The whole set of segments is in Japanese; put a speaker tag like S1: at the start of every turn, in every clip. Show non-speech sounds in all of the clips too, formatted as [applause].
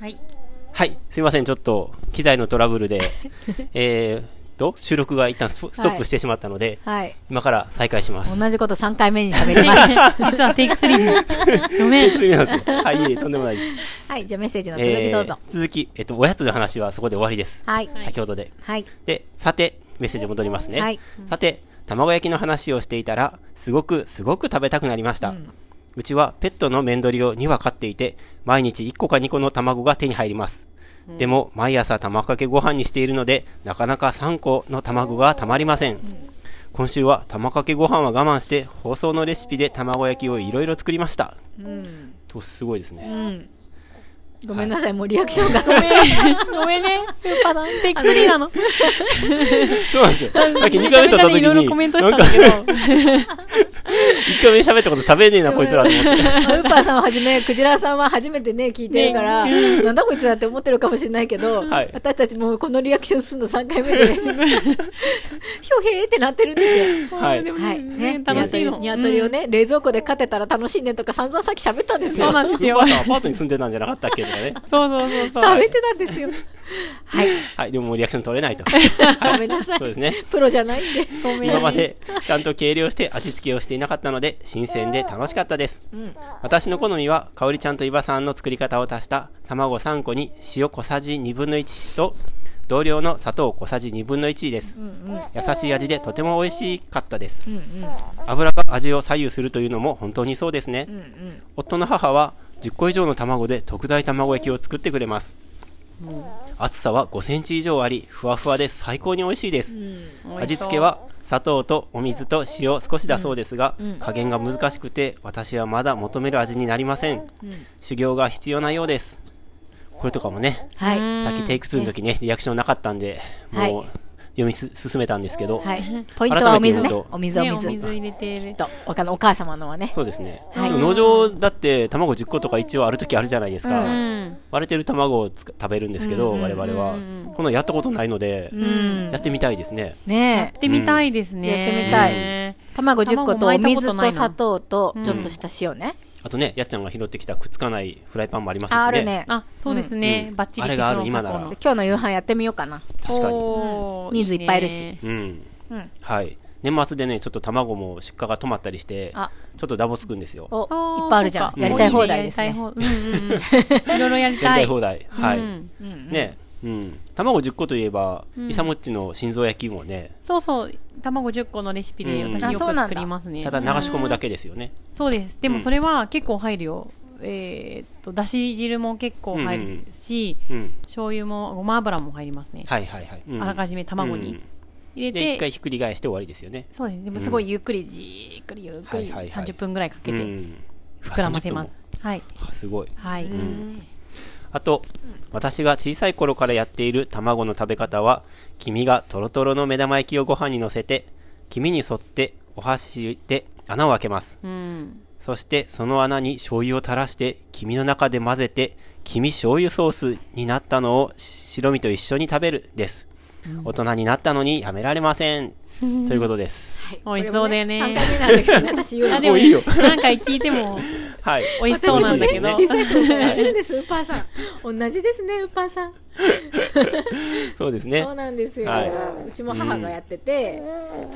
S1: はい。
S2: はい、すいません、ちょっと機材のトラブ
S3: [laughs]
S2: ルで、えーと、収録が一旦ストストップしてしまったので、
S3: はい。
S2: 今から再開します。
S3: 同じこと3回目に喋ります。
S1: [laughs] 実はテイク3です。ごめん。
S2: [laughs] すみません。はい、いえいえとんでもないです。
S3: はい。じゃあメッセージの続きどうぞ。
S2: えー続き、えっと、おやつの話はそこで終わりです。
S3: はい。
S2: 先ほどで。
S3: はい。
S2: で、さて、メッセージ戻りますね。
S3: はい
S2: さて、卵焼きの話をしていたら、すごくすごく食べたくなりました。うちはペットのメンドリを2羽飼っていて、毎日1個か2個の卵が手に入ります。でも、毎朝卵かけご飯にしているので、なかなか3個の卵がたまりません。今週は卵かけご飯は我慢して、放送のレシピで卵焼きをいろいろ作りました。と、すごいですね。
S3: ごめんなさい。もうリアクションが。
S1: ごめんね。スーパーだ。テイク3なの。
S2: そうなんですよ。さっき2
S1: みん
S2: 回目撮った
S1: なでい
S2: 時に、
S1: ろいろコメントした
S2: なんんか
S1: だけど。
S2: 1回目喋ったこと喋んねえな、こいつら
S1: [laughs]
S2: と思って。
S3: まあウーパーさんはじめ、クジラさんは初めてね、聞いてるから、なんだこいつだって思ってるかもしれないけど、
S2: はい
S3: 私たちもうこのリアクションするの3回目で、ひょへーってなってるんですよ。
S2: はい
S1: でも
S3: はい。ね、
S1: ね、楽しいの。
S3: ニワトリをね、冷蔵庫で飼てたら楽しいねとか散々さっき喋ったんです
S1: そう
S3: よ。
S1: なんですよ
S2: クーパーさんアパートに住んでたんじゃなかったっけとかね。
S1: うんそうそうそうそう。
S3: 喋ってたんですよ。はい。
S2: はい、でももうリアクション取れないと。
S3: ごめんなさい。
S2: そうですね。
S3: プロじゃないんで。
S1: ごめん
S2: [laughs] 今までちゃんと計量して味付けをしていなかったので、新鮮で楽しかったです。私の好みは、かおりちゃんと伊庭さんの作り方を足した卵3個に塩小さじ1分の1と、同量の砂糖小さじ1分の1です。優しい味でとても美味しかったです。油が味を左右するというのも本当にそうですね。夫の母は10個以上の卵で特大卵焼きを作ってくれます。厚さは5センチ以上あり、ふわふわで最高に美味しいです。味付けは砂糖とお水と塩少しだそうですが、加減が難しくて私はまだ求める味になりません、修行が必要なようですこれとかもね
S3: はい。
S2: さっきテイク2の時ねリアクションなかったんでもう
S3: は
S2: 読みす進めたんですけど、
S3: はい。ポイントはお水
S2: 改めて言う
S3: ね
S2: と。
S3: お水、お
S1: ねお
S3: 水。
S1: 水入れてる。
S3: と、おかのお母様のはね。
S2: そうですね、
S3: はい
S2: でも農場だって卵10個とか一応ある時あるじゃないですか、
S1: うん。
S2: 割れてる卵をつか食べるんですけど、我々は、こんなのやったことないので、
S3: うん。
S2: やってみたいですね
S3: ね
S1: や
S3: え
S1: っ。てみたいですね。
S3: やってみたい
S1: ね
S3: 卵10個とお
S1: 卵巻いたことない
S3: 水
S1: な
S3: と砂糖とちょっとした塩ね。
S2: あとねやっちゃんが拾ってきたくっつかないフライパンもありますしね
S3: ああるね。
S1: あ、そうですね。バッチリ。
S2: あれがある今なら
S1: この
S3: 今日の夕飯やってみようかな。
S2: 確かに
S1: おー
S3: 人数いっぱいいるし
S1: ね
S2: うん、
S3: うん
S2: はい年末でねちょっと卵も出荷が止まったりして
S3: あ
S2: ちょっとダボつくんですよ
S3: お、
S1: ー
S3: いっぱいあるじゃ
S1: そうか
S3: ん。やりたい放題です
S1: やりた
S3: ね。
S1: い放うんうんうんいろいろやり
S2: やり
S1: た
S2: た
S1: い。
S2: い放題はい、
S1: うん
S2: ねうん卵10個といえば、イサモッチの心臓焼きもね
S1: そうそう。卵10個のレシピで
S2: うん
S1: 私よ
S3: あ
S1: く
S3: そうなんだ
S1: 作りますね。
S2: ただ流し込むだけですよね、
S1: そうです。で
S2: う
S1: も
S2: ん
S1: それは結構入るよ。えーっと、だし汁も結構入るし、
S2: うん
S1: 醤油もごま油も入りますね。
S2: はいはいはい、うん
S1: あらかじめ卵
S2: う
S1: に
S2: ん
S1: 入れ
S2: で一
S1: て
S2: 回、ひっくり返して終わりですよね
S1: そうです。でもすごいゆっくりじーっくりゆっくり
S2: はいはいはい
S1: 30分ぐらいかけ
S2: う
S1: て
S2: ん
S1: 膨らませます。はい。
S2: あ30分もあすごい
S1: はい。
S2: あと私が小さい頃からやっている卵の食べ方は黄身がトロトロの目玉焼きをご飯にのせて黄身に沿ってお箸で穴を開けます
S1: うん。
S2: そしてその穴に醤油を垂らして黄身の中で混ぜて黄身醤油ソースになったのを白身と一緒に食べるです、大人になったのにやめられませんということです
S1: 美味しそうだよね。
S3: 3回目なんだけど
S1: [laughs]
S3: ね、私言う
S1: あ、
S3: の。
S1: でも、
S2: もういいよ
S1: 何回聞いて
S2: [laughs]
S1: も
S2: はい
S1: 美味しそうなんだけど。
S3: 私もね小さい頃からやってるんです、ウーパーさん。同じですね、ウーパーさん。
S2: そうですね
S3: そうなんですよ。
S2: は
S3: うちも母がやってて、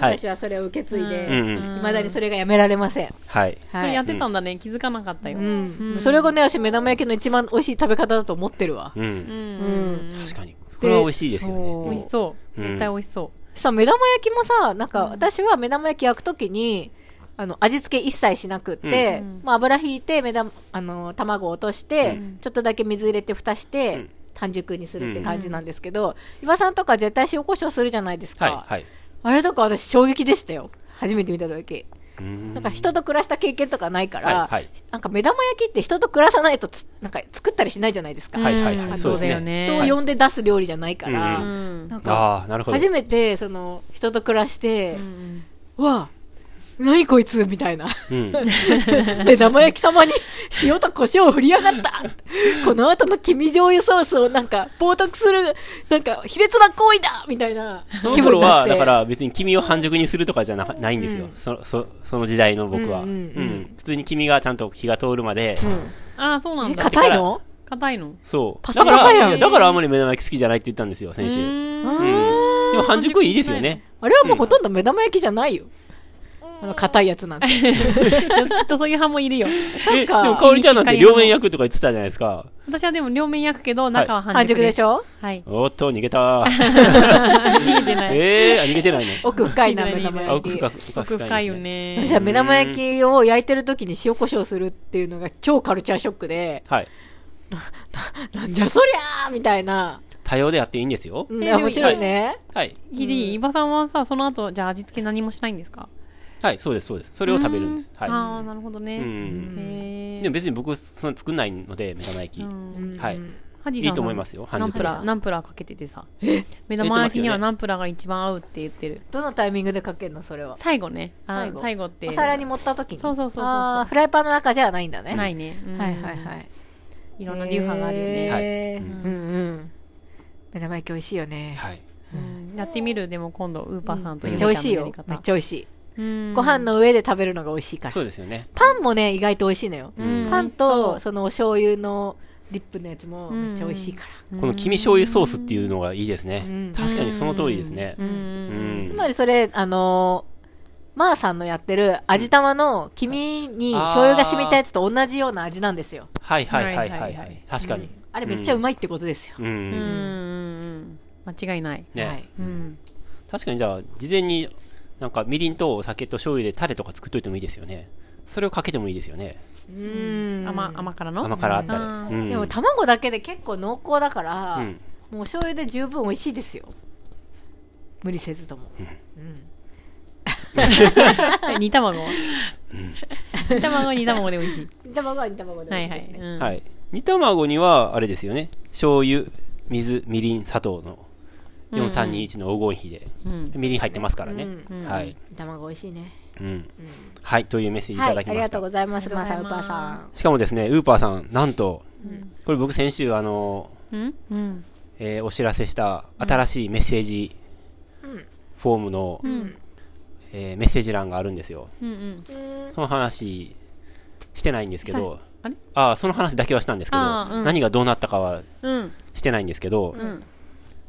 S2: はい
S3: 私はそれを受け継いで、
S2: う
S3: い
S2: んうん
S3: まだにそれがやめられません。
S2: はい
S1: これ
S3: は
S1: や
S3: い
S1: っ。てたんだね。気づかなかったよ。
S3: うんそれがね、私、目玉焼きの一番美味しい食べ方だと思ってるわ。
S2: うん、
S3: うん。
S2: 確かにこれは美味しいですよ
S3: そう
S2: ね
S1: 美味しそう。絶対美味しそ
S3: さ、目玉焼きもさ、なんか、私は目玉焼き焼くときに、あの、味付け一切しなくって、まあ、油引いて、目玉、あの、卵を落として、ちょっとだけ水入れて蓋して、半熟にするって感じなんですけど、岩さんとか絶対塩コショウするじゃないですか。
S2: はいはい
S3: あれとか私衝撃でしたよ。初めて見た時。
S2: うん
S3: なんか人と暮らした経験とかないから、
S2: はいはい
S3: なんか目玉焼きって人と暮らさないとつ、なんか作ったりしないじゃないですか。
S1: う。
S2: はいはい
S1: うん
S2: はい
S1: そ
S2: そ
S1: だ
S2: ううで
S1: よ
S2: す
S1: ね。
S2: ね
S3: 人を呼んで出す料理じゃないから、
S2: うん
S1: うん。
S3: なんか、
S2: ああなるほど
S3: 初めて、その、人と暮らして、うわあ、何こいつみたいな。 [laughs]
S2: うん
S3: 目玉焼き様に塩と胡椒を振りやがったこの後の黄身醤油ソースをなんか、冒涜する、なんか、卑劣な行為だみたいな
S2: そ
S3: 気
S2: の
S3: 分
S2: 頃
S3: になっ
S2: は、
S3: て。
S2: だから別に君を半熟にするとかじゃなないんですよ。そそその時代の僕は、
S3: う
S2: うんん
S3: うんうん
S2: 普通に君がちゃんと火が通るまで、
S3: うん
S1: ああ、そうなん
S3: え
S1: だ。
S3: 硬いの
S1: 硬いの
S2: そう。
S3: パ
S2: だ
S3: サ
S2: から
S3: パサやん
S2: いや、だからあんまり目玉焼き好きじゃないって言ったんですよ、先週。うん。でも半熟いいですよね。
S3: あれはもうほとんど目玉焼きじゃないよ。あの、硬いやつなんて。
S1: きっとそういう派もいるよ。
S3: そ
S2: え、
S3: っ
S2: でも
S3: か。
S2: かおりちゃんなんて両面焼くとか言ってたじゃないですか。
S1: 私はでも両面焼くけど、中は半
S3: 半
S1: 熟
S3: 熟でし
S1: ょ
S3: ょ
S1: はい。
S2: おっと、逃げた。
S1: 逃げてない。
S2: [laughs] えー、あ、逃げてないね。
S3: 奥深
S2: [laughs]
S3: いな、
S1: いいね
S3: 目玉
S1: いいね
S2: あ、
S3: 焼
S2: 奥
S3: き。
S2: 深く、奥
S1: 奥深いよ
S2: です。
S3: [laughs]
S1: ね。
S3: 私は目玉焼きを焼いてる時に塩コショウするっていうのが超カルチャーショックで、 [laughs]
S2: はい。
S3: なんじゃそりゃーみたいな。
S2: 多様であっていいんですよ。
S3: うん、い
S1: え
S3: や
S1: でも
S3: もちろんね。
S2: はい。
S1: ギリ、伊庭さんはさ、その後、じゃあ味付け何もしないんですか
S2: はい、そうです、そうです。それを食べるんです。はい。
S1: ああ、なるほどね。
S2: うん
S1: へ
S2: で
S1: え。
S2: も別に僕、そんな作んないので、目玉焼き。
S1: ん
S2: はい。
S1: ハディ
S2: いいと思いますよ半
S1: ナン
S2: 熟
S1: プ
S2: です
S1: ラー、ナンプラーかけててさ。目玉焼きにはナンプラーが一番合うって言ってる。
S3: どのタイミングでかけるのそれは。
S1: 最後ね。あ
S3: 最後
S1: 最後って。
S3: お皿に盛った時に。
S1: そうそうそうそうそう
S3: あーフライパンの中じゃないんだね。。
S1: ないいね。うん
S3: はいはいはい。
S1: いろんな流派があるよね。
S3: へーうんうん。目玉焼き美味しいよね。
S2: はい。
S1: うんやってみる、でも今度、ウーパーさんと
S3: め
S1: ゆめ
S3: っち
S1: ち
S3: ゃ
S1: ゃん
S3: 美
S1: の
S3: 味し
S1: や
S3: い
S1: り
S3: よ。め
S1: 方
S3: っ。ちゃ美味しい。
S1: うん
S3: ご飯の上で食べるのが美味しいから。
S2: そうですよね。
S3: パンもね、意外と美味しいのよ。
S1: ん
S3: パン
S1: 美味しそ
S3: と、
S1: う
S3: そのお醤油のディップのやつもめっちゃ美味しいから。
S2: この黄身醤油ソースっていうのがいいですね
S3: ん。
S2: 確かにその通りですね。
S1: う。
S2: うんん
S3: つ。まりそれ、あのー、まーさんのやってる味玉の黄身に醤油が染みたやつと同じような味なんですよ。
S2: はいはいはいは
S1: はいい
S2: は
S1: はいい。
S2: 確かに。
S3: あれめっちゃうまいってことですよ。
S2: う
S1: うん
S2: ん。
S1: うん。間違いない。
S3: は
S2: ね
S3: い。
S1: うん。
S2: 確かにじゃあ、事前になんかみりんとお酒と醤油でタレとか作っといてもいいですよね。それをかけてもいいですよね。
S3: うん。
S1: 甘、甘辛の
S2: 甘辛タレ。
S1: うん
S2: うん
S3: でも卵だけで結構濃厚だから、
S2: うん
S3: もう醤油で十分美味しいですよ。無理せずとも。
S1: え煮卵煮卵煮卵で美味しい。
S3: 煮卵は煮卵で美
S1: は
S3: 味し
S1: いは
S3: いです
S1: い
S3: ね。。
S1: うん
S2: はい。煮卵には、あれですよね。醤油、水、みりん、砂糖の4321の黄金比で。みりん入ってますからね。はい。
S3: 煮卵美味しいね。
S2: うん。はい。というメッセージいた
S3: はい、
S2: だき
S3: あ
S2: ま
S3: り
S2: し
S3: が
S2: た
S3: とう。ございます、まーさん、うぱーさん。
S2: しかもですね、ウーパーさん、なんと、これ僕先週、あの、
S1: うんうん。
S2: えーお知らせした新しいメッセージフォームの、えーメッセージ欄があるんですよ。
S1: うんうん。
S2: その話してないんですけど、
S1: あれ
S2: ああ、その話だけはしたんですけど、
S1: あーうん
S2: 何がどうなったかは
S1: うん。
S2: してないんですけど、
S1: ん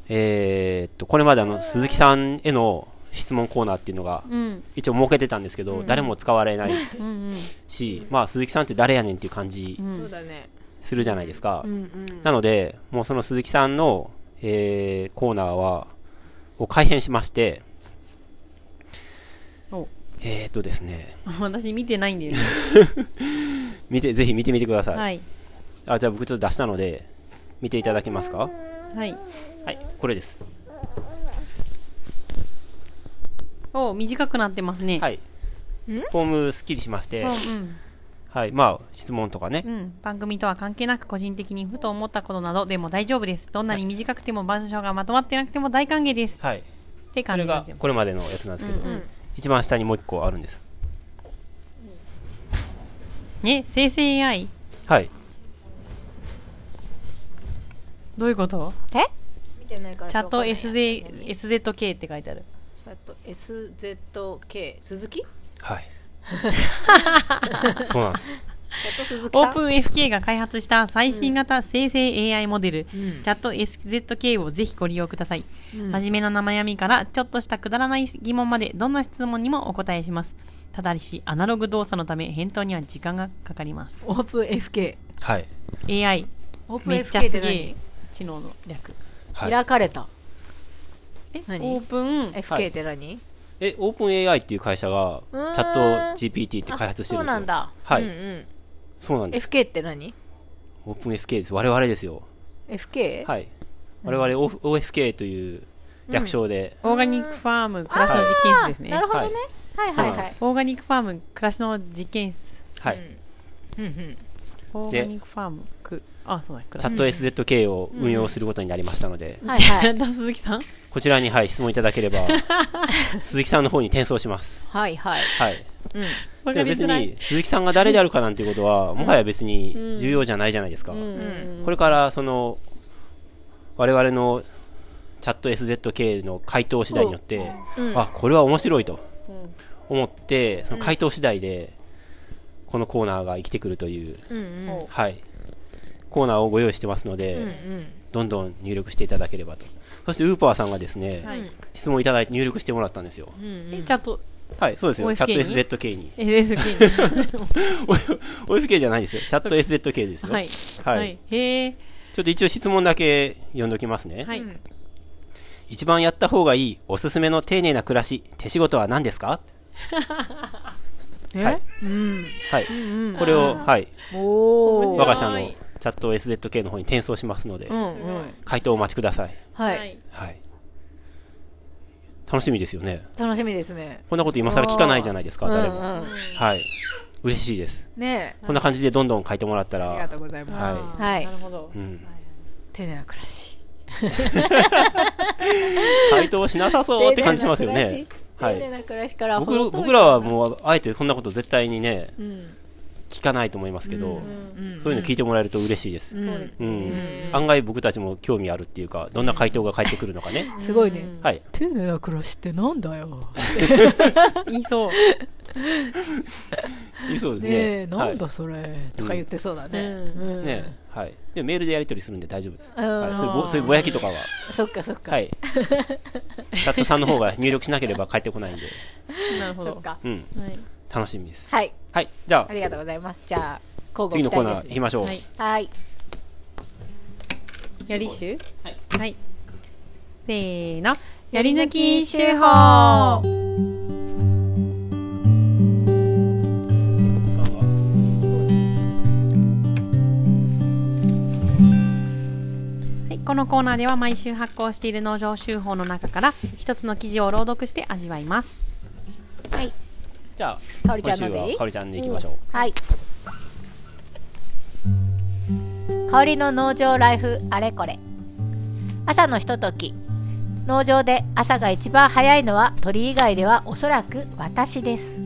S2: えーっと、これまであの、鈴木さんへの質問コーナーっていうのが、
S1: うん。
S2: 一応設けてたんですけど、誰も使われない
S1: うんうん。
S2: し、まあ、鈴木さんって誰やねんっていう感じ
S3: そうだね。
S2: するじゃないですか。
S3: うんうん。
S2: なので、もうその鈴木さんの、えーコーナーは、を改編しまして、
S1: お
S2: えー、っとですね、
S1: 私見てないんだよね。
S2: 見て、ぜひ見てみてください。
S1: はい。
S2: あ、じゃあ僕ちょっと出したので、見ていただけますか
S1: はい。
S2: はい、これです。
S1: お短くなってますね。
S2: はい。フォームスッキリしまして、
S1: う
S2: はい、まあ、質問とかね
S1: ん、うん、うん、番組とは関係なく個人的にふと思ったことなどでも大丈夫ですどんなに短くても文章がまとまってなくても大歓迎です
S2: はい、
S1: って
S2: そ
S1: 感じ
S2: れ
S1: にな
S2: が
S1: ってます
S2: これまでのやつなんですけど、
S1: うんうん
S2: 一番下にもう一個あるんです。
S1: ね生成 AI
S2: はい、
S1: どういうこと
S3: え見てないから
S1: チャット SZ
S3: チ
S1: SZK って書いてある
S3: ャット SZK。鈴木チ
S1: [laughs]
S2: はい。そうなんです。
S3: [laughs] ャット鈴木
S1: オ
S3: さ
S1: ー
S3: ん。
S1: プン FK が開発した最新型生成 AI モデル、チャット SZK をぜひご利用ください。真面目な悩みから、ちょっとしたくだらない疑問まで、どんな質問にもお答えします。ただし、アナログ動作のため、返答には時間がかかります。
S3: オープン FK。
S2: はい。
S1: AI、
S3: オープン
S1: めっちゃ
S3: FK っ
S1: す
S3: て
S1: げえ
S3: 何、
S1: 知能の略。
S2: はい、
S3: 開かれた。
S1: え、
S3: 何
S1: オープン、
S3: FK って何
S2: え、オープン AI っていう会社が、チ
S3: うーん
S2: ャット GPT って開発してるんですよ。
S3: そうなんだ。
S2: はい
S3: うんうん。
S2: そうなんです。
S3: FK って何
S2: オープン FK です。我々ですよ。
S3: ?FK?
S2: はい。我々 O- OFK という略称で、
S1: オーガニックファーム、暮らしの実験室ですね
S3: な。るほどね。はいはい
S2: そうなん
S3: は
S2: で
S3: い。
S2: す
S1: オーガニックファーム、暮らしの実験室。
S2: はい。
S3: うんうん。
S1: オーガニックファーム、く、あ、そうだ、暮
S2: チャ
S1: らし
S2: ット SZK を運用することになりましたので、
S3: はいは
S1: ちゃ
S3: い。
S1: んと鈴木さん
S2: こちらに、はい、質問いただけれ
S3: [laughs]
S2: ば、鈴木さんの方に転送します。
S3: はいはい。
S2: はい。
S1: わか
S2: で
S1: り
S2: も別
S1: づらい
S2: に、鈴木さんが誰であるかなんていうことは、もはや別に重要じゃないじゃないですか。これから、その、我々のチャット SZK の回答次第によって、あ、これは面白いと思って、その回答次第で、このコーナーが生きてくるという、
S3: うんうん。
S2: はい。コーナーをご用意してますので、どんどん入力していただければと。そしてウーパーさんがですね、
S1: はい
S2: 質問いただいて入力してもらったんですよ。
S1: えチャット
S2: はい、そうですよ。チャ
S1: OFK
S2: ット
S1: に
S2: SZK に。
S1: SSK
S2: OFK じゃないですよ。チャット SZK です
S1: に
S2: よ。
S1: [laughs] はい
S2: はい
S1: へえ
S2: ちょっと一応質問だけ読んどきますね。
S1: はい
S2: 一番やった方がいいおすすめの丁寧な暮らし、手仕事は何ですか
S3: え、
S2: はい
S3: うん。
S2: はい。これを、はい。
S3: お
S2: 我
S3: ー。
S2: が社
S1: は
S2: の
S1: い
S2: チャット SZK の方に転送しますので
S3: う、んうん。
S2: 回答をお待ちください。
S3: は。
S1: はいい
S2: はい。楽しみですよね。
S3: 楽しみですね。
S2: こんなこと今更聞かないじゃないですか、誰
S3: う
S2: も。
S3: んうん
S2: はい。嬉しいです。
S3: ねえ。
S2: こんな感じでどんどん書いてもらった
S4: ありが
S2: ら、
S4: とうございます。
S2: は
S3: はい
S1: なるほど
S2: い。うん。
S3: 丁寧な暮らし。
S2: 回答しなさそうって感じしますよね。は
S3: 丁寧
S2: い。
S3: な暮らしから程遠
S2: 僕
S3: い
S2: 僕らはもう、あえてこんなこと絶対にね、
S3: うん
S2: 聞かないと思いますけど、
S3: うん
S2: そういうの聞いてもらえると嬉しいです。
S1: そうです
S2: う
S1: ね
S2: ん。案外僕たちも興味あるっていうか、どんな回答が返ってくるのかね。
S3: すごいね。
S2: はい。
S4: 丁寧な暮らしってなんだよ。
S1: 言いそう
S2: いいそうですね。
S4: ねえ、なん
S2: は
S4: だそれ。
S3: とか言ってそうだね。
S1: うん
S2: い、ねえはい。でもメールでやり取りするんで大丈夫です。
S3: うん
S2: はい、そういうぼそういうぼやきとかは、
S3: そっかそっか。
S2: はい。チャットさんの方が入力しなければ返ってこないんで、
S1: なるほ
S3: そっ
S1: ど
S3: か。
S2: うん。
S1: はい
S2: 楽しみです。
S3: はい。
S2: はい。じゃ
S3: ありがとうございます。じゃあ、
S2: あ、
S3: 交互
S2: 次
S3: 期
S2: のコー
S3: 待
S2: ナ
S3: で
S2: ー
S3: す
S2: 行きましょう。
S1: はい
S3: はい。
S1: やりしゅ
S2: はい
S1: はいせーのやり抜き手法はい、このコーナーでは毎週発行している農場集法の中から一つの記事を朗読して味わいます。
S2: じゃあ、
S3: かおりちゃんのでい
S2: 今週
S3: い
S2: はかおりちゃんで行きましょう。
S3: はい。香りの農場ライフあれこれ。朝のひととき。農場で朝が一番早いのは鳥以外ではおそらく私です。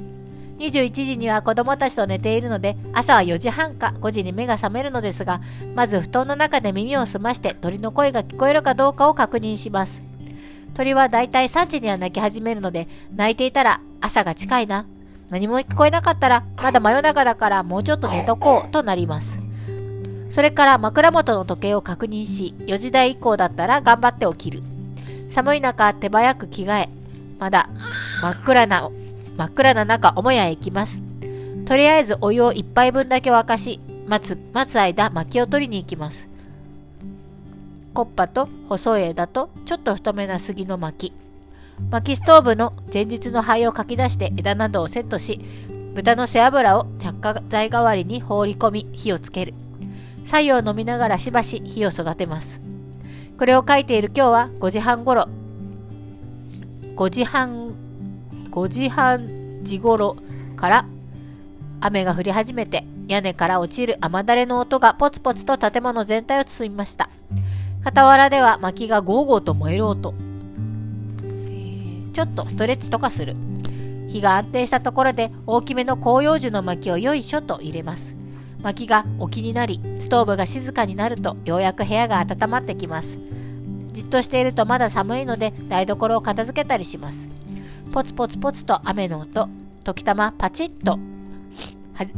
S3: 21時には子供たちと寝ているので朝は4時半か5時に目が覚めるのですがまず布団の中で耳を澄まして鳥の声が聞こえるかどうかを確認します鳥はだいたい3時には鳴き始めるので鳴いていたら朝が近いな何も聞こえなかったらまだ真夜中だからもうちょっと寝とこうとなりますそれから枕元の時計を確認し4時台以降だったら頑張って起きる寒い中手早く着替えまだ真っ暗な真っ暗な中母屋へ行きますとりあえずお湯を1杯分だけ沸かし待つ待つ間薪を取りに行きますコッパと細い枝とちょっと太めな杉の薪薪ストーブの前日の灰をかき出して枝などをセットし豚の背脂を着火剤代わりに放り込み火をつける白湯を飲みながらしばし火を育てますこれを書いている今日は5時半頃5時半5時半時頃から雨が降り始めて屋根から落ちる雨だれの音がポツポツと建物全体を包みました傍らでは薪がゴーゴーと燃える音ちょっとストレッチとかする火が安定したところで大きめの広葉樹の薪をよいしょと入れます薪が沖になりストーブが静かになるとようやく部屋が温まってきますじっとしているとまだ寒いので台所を片付けたりしますポツポツポツと雨の音時たまパチッとはぜ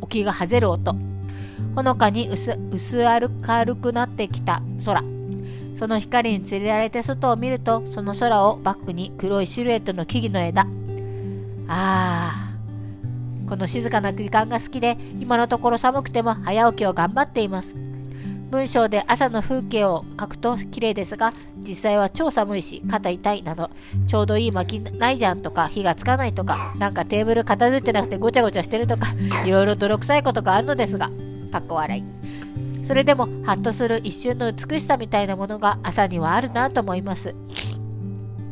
S3: 沖がはぜる音ほのかに薄薄明るくなってきた空その光に連れられて外を見るとその空をバックに黒いシルエットの木々の枝あーこの静かな時間が好きで今のところ寒くても早起きを頑張っています文章で朝の風景を書くと綺麗ですが実際は超寒いし肩痛いなどちょうどいい薪ないじゃんとか火がつかないとかなんかテーブル片付いてなくてごちゃごちゃしてるとか [laughs] いろいろ泥臭いことがあるのですがかっこ笑いそれでもハッとする一瞬の美しさみたいなものが朝にはあるなと思います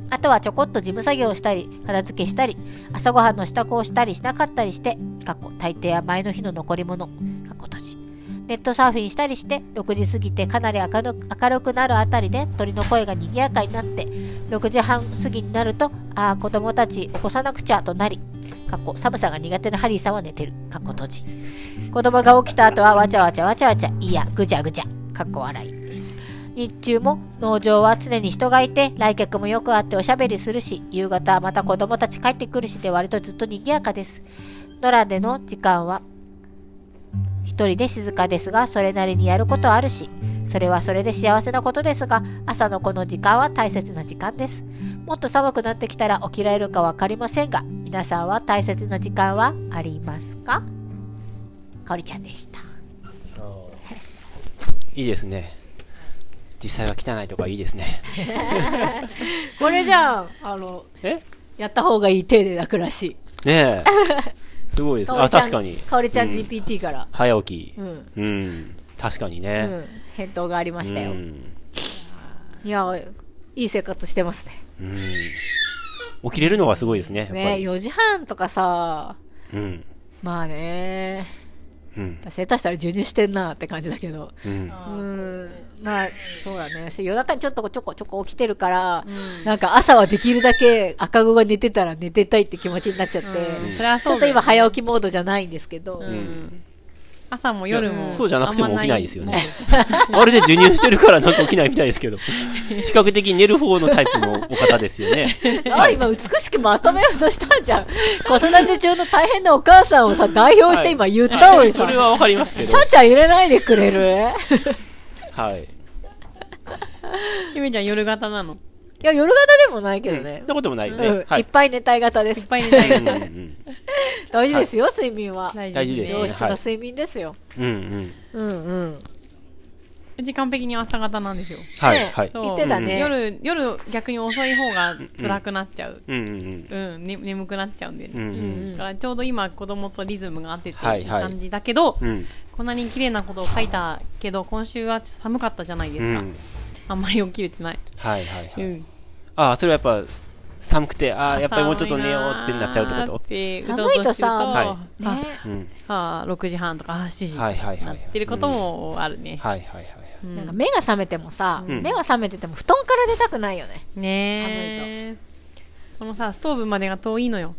S3: あとはちょこっと事務作業をしたり片付けしたり朝ごはんの支度をしたりしなかったりして過去大抵は前の日の残り物過去閉じネットサーフィンしたりして6時過ぎてかなり明る明るくなるあたりで鳥の声が賑やかになって6時半過ぎになるとああ子供たち起こさなくちゃとなり過去寒さが苦手なハリーさんは寝てる過去閉じ子供が起きた後はわちゃわちゃわちゃわちゃいやぐちゃぐちゃかっこ笑い日中も農場は常に人がいて来客もよく会っておしゃべりするし夕方はまた子供たち帰ってくるしで割とずっと賑やかです野良での時間は
S5: 一人で静かですがそれなりにやることはあるしそれはそれで幸せなことですが朝のこの時間は大切な時間ですもっと寒くなってきたら起きられるか分かりませんが皆さんは大切な時間はありますかかおりちゃんでした
S2: いいですね。実際は汚いとかいいですね。
S5: これじゃんあの
S2: え
S5: やった方がいい手で楽らしい
S2: ねえ。すごいです。あ、確かに。
S5: かおりちゃん
S2: うん
S5: GPT から
S2: 早起き
S5: う。ん、
S2: うん。確かに
S5: う
S2: ね。
S5: ん、返答がありましたよ、
S2: うん
S5: いやいい生活してますね
S2: 起きれるのがすごいですね。やっぱ
S5: ね
S2: り。
S5: 4時半とかさ
S2: うん。
S5: まあね
S2: うん。
S5: 私下手したら授乳してんなって感じだけど
S2: うん。
S5: うんまあそうだね私夜中にちょっとちょこちょこ起きてるから、なんか朝はできるだけ赤子が寝てたら寝てたいって気持ちになっちゃって、
S1: それは
S5: ちょ
S1: そ
S5: っ
S1: う
S5: と
S1: だよ
S5: 今早起きモードじゃないんですけど、
S1: うん朝も夜
S2: い
S1: も
S2: やそうじゃなくても
S1: あんま
S2: 起きないですよねあれで授乳してるからなんか起きないみたいですけど。比較的寝る方のタイプのお方ですよね。
S5: [laughs] あ今美しくまとめようとしたんじ
S2: [laughs]
S5: ゃん子育て中の大変なお母さんをさ代表して今言ったのに
S2: そ
S5: さ、
S2: れはわかりますけど
S5: ちゃ。ちゃ入れないでくれる
S2: [laughs]
S5: い
S2: はい。
S1: ゆめちゃん夜型なのい
S5: や夜型でもないけど
S2: そ
S5: ね
S2: ん、なこともないよ
S5: うん、
S2: ね。はい
S5: っ
S2: い。
S5: ぱい寝たい型です
S1: っぱい寝た
S2: う
S1: い
S2: ん
S1: の
S2: うん
S5: 大事ですよ、睡眠は
S1: 大
S2: 大事です
S5: 良質
S2: は
S5: ない睡眠ですよ、
S2: うん。うんうん。
S5: うんうん
S1: うち完璧に朝型なんですよ
S2: はい
S5: ね
S2: はい。
S1: そう
S5: 言ってたね
S1: 夜夜逆に遅い方が辛くなっちゃう
S2: うんうん
S1: うん、ね、眠くなっちゃうんで、
S2: うん。うんうん。
S1: だからちょうど今子供とリズムが合ってて
S2: はい
S1: いい
S2: はい
S1: 感じだけど、
S2: うん。
S1: こんなに綺麗なことを書いたけど今週はちょっと寒かったじゃないで
S2: う
S1: すか、
S2: ん。
S1: あんまり起きれてない、
S2: はいはいは
S1: う
S2: い。
S1: ん、
S2: ああ、それはやっぱ、寒くて、ああ、やっぱりもうちょっと寝ようってなっちゃうってこと
S1: 寒
S2: [laughs]
S5: 寒いとさ
S2: は
S1: あ
S5: ね
S2: うん。
S1: あ6時半とかあ7時
S2: はいはいはいは
S1: ないってることもあるね、
S2: はいはいはい。
S1: うん
S5: なんか目が覚めてもさ、
S2: ん
S5: 目が覚めてても布団から出たくないよね。
S1: ねえこのさストーブまでが遠いのよ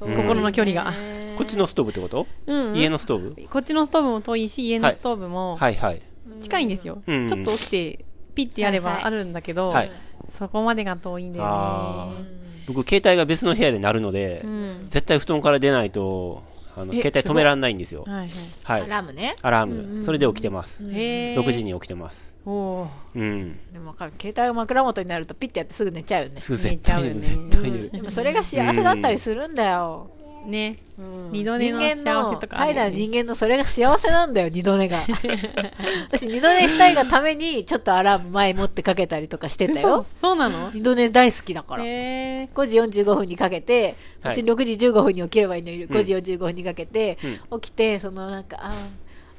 S1: 心の距離が、
S2: こっちのストーブってこと
S1: うんうん
S2: 家のストーブ
S1: こっちのストーブも遠いし家のストーブも
S2: はいはい。
S1: 近いんですよ、
S2: うん
S1: ちょっと起きてピッてやればあるんだけど、
S2: はい
S1: そこまでが遠いんだよ
S2: ああ
S1: ね。
S2: 僕、携帯が別の部屋で鳴るので、絶対布団から出ないと、あの、
S1: え
S2: 携帯止めらんないんですよ。
S1: はい
S2: は
S5: ア
S2: い。
S5: ラームね。
S2: アラーム。それで起きてます。
S1: はい、へえ
S2: 6時に起きてます。
S1: おお
S2: うん。
S5: でもか携帯が枕元になるとピッてやってすぐ寝ちゃうよね。
S2: すぐ
S1: 寝
S2: 絶
S1: ちゃ
S2: 対
S1: うよ
S2: 寝る、
S1: ね
S2: 絶対寝る
S5: で。もそれが幸せだったりするんだよ。
S1: ね、二度寝
S5: 人
S1: の
S5: 間
S1: 幸
S5: の、
S1: せとかあ
S5: 怠
S1: るよ
S5: 惰な
S1: ね、
S5: 人間のそれが幸せなんだよ、二度
S1: [laughs]
S5: 寝が。私二度寝したいがために、ちょっとアラーム前持ってかけたりとかしてた
S1: そう
S5: よ。
S1: そうなの
S5: 二度寝大好きだから。
S1: へえ
S5: 5時45分にかけて、
S2: はい
S5: 別に6時15分に起きればいいのに、5時45分にかけて、起きて、そのなんか、あ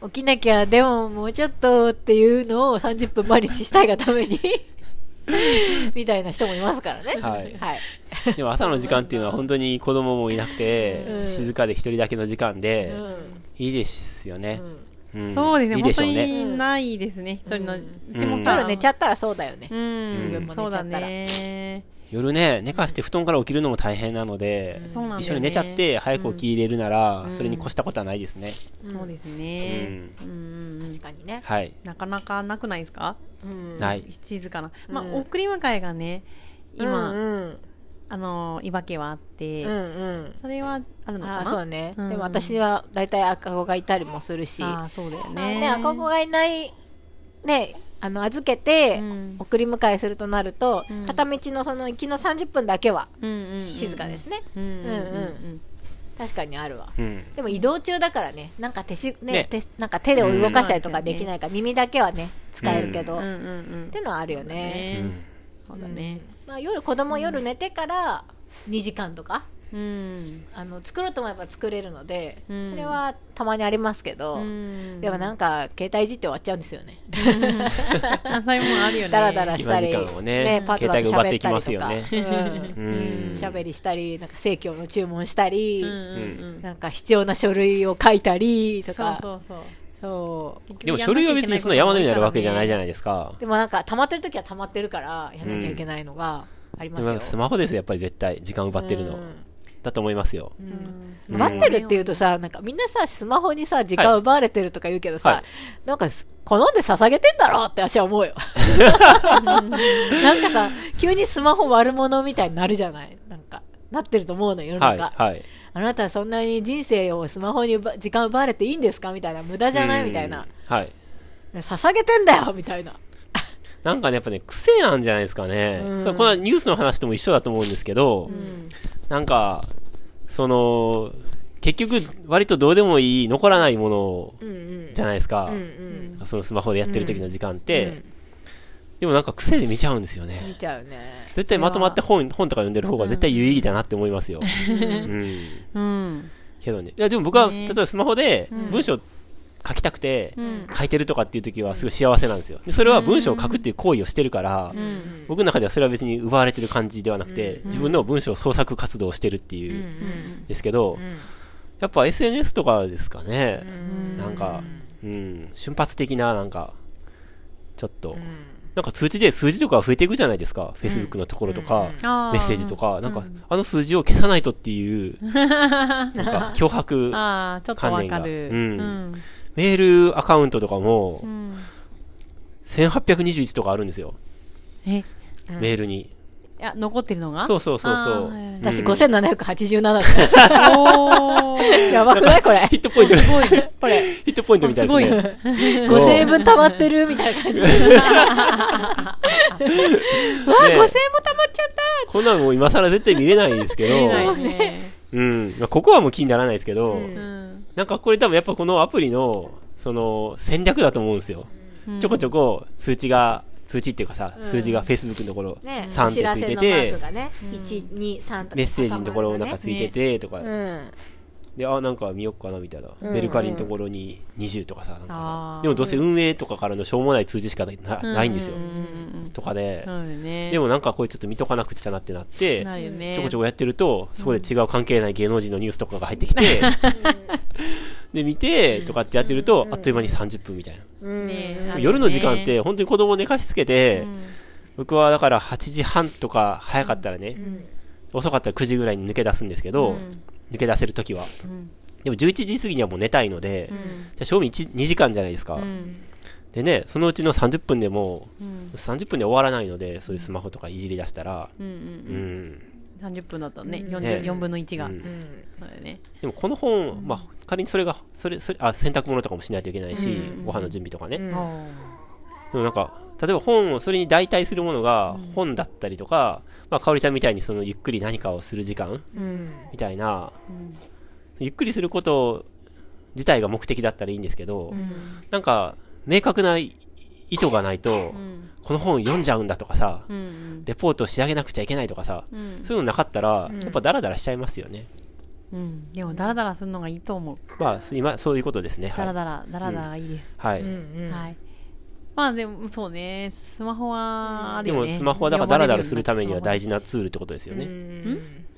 S5: ー起きなきゃ、でももうちょっとっていうのを30分毎日したいがため
S1: [laughs]
S5: に、みたいな人もいますからね。
S2: はい
S5: はい。
S2: でも朝の時間っていうのは本当に子供もいなくて、
S5: うん
S2: 静かで一人だけの時間で、
S5: うん
S2: いいですよね、ん
S1: そうですね
S2: いいでしょう
S1: 本
S2: ね
S1: 当にないですね、一人のうちも
S5: 夜寝ち
S1: ゃ
S5: ゃったらそうだよね。
S1: うん
S2: 自
S5: 分も
S1: そう
S5: 寝ちゃ
S1: だ
S5: ったら
S1: ね
S2: 夜ね寝かして布団から起きるのも大変なので、
S1: そうなんだよね
S2: 一緒に寝ちゃって早く起きれるなら、それに越したことはないですね、
S1: そうですねうんうんうん
S5: 確かにね。
S2: はい、
S1: なかなかなくないですか
S5: うん。
S2: ない
S1: 静かな、まあ送り迎えがね今、
S5: 今、うん
S1: あのいばけはあって、
S5: うん。うん
S1: それはあるのかな
S5: ああ、そうね。
S1: うん
S5: でも私は大体赤子がいたりもするし。
S1: あーそうだよね
S5: ね、赤子がいない、ね、あの預けて、
S1: うん
S5: 送り迎えするとなると、片道のその行きの30分だけは
S1: うんうんうん
S5: 静かですね、
S1: うんうんうん
S5: うんうん確かにあるわ
S2: うん、
S5: でも移動中だからねなんか手し、ね
S2: ね
S5: 手なんか手で動かしたりとかできないから、耳だけはね使えるけ
S1: う
S5: ど、
S1: んう
S5: っ
S1: んうん
S5: ていうのはあるよね、
S1: ねそうだね
S5: まあ、夜子供夜寝てから2時間とか、
S1: うん
S5: あの作ろうと思えば作れるので、
S1: うん
S5: それはたまにありますけど、
S1: うん
S5: でもなんか携帯いじって終わっちゃうんですよね、
S1: あそれもあるよね
S5: ダラダラしたり、
S2: 隙間時間をね
S5: パートナーと
S2: 携帯が奪っ
S5: 喋
S2: て
S5: っ
S2: いき
S5: た
S2: ま
S5: り
S2: す
S5: と
S2: よ
S5: か、
S2: ね
S5: うん
S2: うん
S5: 喋りしたり、なんか生協の注文したり、
S1: うんうん
S5: なんか必要な書類を書いたりと
S1: そう
S5: か、
S1: そうそう
S5: そう
S1: 結局
S2: でも書類は別にその山のようになるわけじゃないじゃないですか、
S5: でもなんか溜まってる時は溜まってるから、やんなきゃいけないのがありま
S2: ですも
S5: よ。
S2: やっぱスマホですよやっぱり絶対時間奪ってるの、だと思いますよ、
S1: うん
S5: 奪ってるっていうとさ、なんかみんなさ、スマホにさ、時間を奪われてるとか言うけどさ、
S2: はい
S5: なんかす、好んで捧げてんだろうって私は
S2: [laughs]
S5: 思うよ。なんかさ、急にスマホ悪者みたいになるじゃないなんか。
S3: なってると思うのよ、世の
S2: はい、
S3: 中。
S2: はい。
S3: あなたそんなに人生をスマホに奪時間奪われていいんですかみたいな。無駄じゃないみたいな。
S2: うん。はい。
S3: 捧げてんだよみたいな。
S2: なんかね、やっぱね、癖なんじゃないですかね。
S3: うん
S2: そうこのニュースの話とも一緒だと思うんですけど、なんか、その、結局、割とどうでもいい、残らないもの
S3: うんうん。
S2: じゃないですか。
S3: うんうん。
S2: そのスマホでやってる時の時間って、
S3: うん
S2: でもなんか癖で見ちゃうんですよね。
S3: 見ちゃうね。
S2: 絶対まとまって本本とか読んでる方が絶対有意義だなって思いますよ。うん。
S1: うん。
S2: けどね。いや、でも僕は、
S1: ね
S2: 例えばスマホで文章書きたくて、書いてるとかっていう時はすごい幸せなんですよ。でそれは文章を書くっていう行為をしてるから、僕の中ではそれは別に奪われてる感じではなくて、自分の文章創作活動をしてるっていう、ですけど、やっぱ SNS とかですかね。なんか、うん、瞬発的な、なんか、ちょっと、なんか通知で数字とか増えていくじゃないですか。Facebook のところとか、
S1: あー
S2: メッセージとか、なんか、あの数字を消さないとっ
S1: [laughs]
S2: ていう、なんか、脅迫、
S1: ああ、ちょっとわかる。
S2: 関連がメールアカウントとかも、
S1: ん
S2: 1821とかあるんですよ、
S1: え、い
S2: メールに。
S1: や、残ってるのが
S2: そうそうそうそ
S1: あー
S2: う
S1: はいはい。
S3: 私
S2: うん
S3: 5787だ
S1: お
S3: った。
S1: ー。 [laughs]
S3: [laughs] やばくないこれ。
S2: ヒットポイント、
S1: すごい。
S3: これ。
S2: ヒットポイントみたいで
S1: す
S2: す
S1: ごい
S2: ね。
S3: 5000円分溜まってるみたいな感じ。うわ、5000
S2: ね
S3: 円も溜まっちゃっ
S2: こんなのもう今更絶対見れないんですけ
S1: 見えない
S2: ど、
S1: ね。
S2: うん。まあここはもう気にならないですけど、
S1: うん。
S2: なんかこれ多分やっぱこのアプリの、その、戦略だと思うんですよ。ちょこちょこ通知が、通知っていうかさ、数字が Facebook のところ、 [laughs]
S3: たね
S2: 3ってついてて、
S3: がね、1、2、3とか
S2: メッセージのところなんかついてて、とか、
S3: うん。
S2: で、あ、なんか見よっかな、みたいな。メルカリのところに20とかさ、なんか
S1: あ
S2: さ
S1: ー
S2: でもどうせ運営とかからのしょうもない通知しかななないんですよ。とかで、
S1: そうだよね。
S2: でもなんかこれちょっと見とかなくっちゃなってなって、
S1: なるよね。
S2: ちょこちょこやってると、そこで違う関係ない芸能人のニュースとかが入ってきて、 [laughs] で、見て、とかってやってると、あっという間に30分みたいな。
S1: ね
S2: 夜の時間っ、て本当に子供寝かしつけて、僕はだから8時半とか早かったらね、遅かったら9時ぐらいに抜け出すんですけど、抜け出せるときは、でも11時過ぎにはもう寝たいので、じゃあ賞味1 2時間じゃないですか、でねそのうちの30分でも、30分で終わらないのでそういうスマホとかいじり出したら、
S1: うんうん
S2: うん
S1: 30分だったね。44分の1が。
S2: うん
S1: そうだよね。
S2: でもこの本、まあ、仮にそれがそれそれあ洗濯物とかもしないといけないし、ご飯の準備とかね、でもなんか例えば本をそれに代替するものが本だったりとか、まあ、かおりちゃんみたいにそのゆっくり何かをする時間
S3: うん。
S2: みたいな、ゆっくりすること自体が目的だったらいいんですけど、なんか明確な意図がないと、この本読んじゃうんだとかさ、
S1: うん
S2: レポート仕上げなくちゃいけないとかさ、そういうのなかったら、やっぱダラダラしちゃいますよね。
S1: うん。うん。でも、ダラダラするのがいいと思う。
S2: まあ、す今、そういうことですね。は
S1: ダラ
S2: い。
S1: ダラ、ダラダラがいいです。
S2: はい。
S1: はい。まあでも、そうね。スマホは、ある
S2: で
S1: よ
S2: も、
S1: ね。
S2: スマホはだからダラダラするためには大事なツールってことですよね。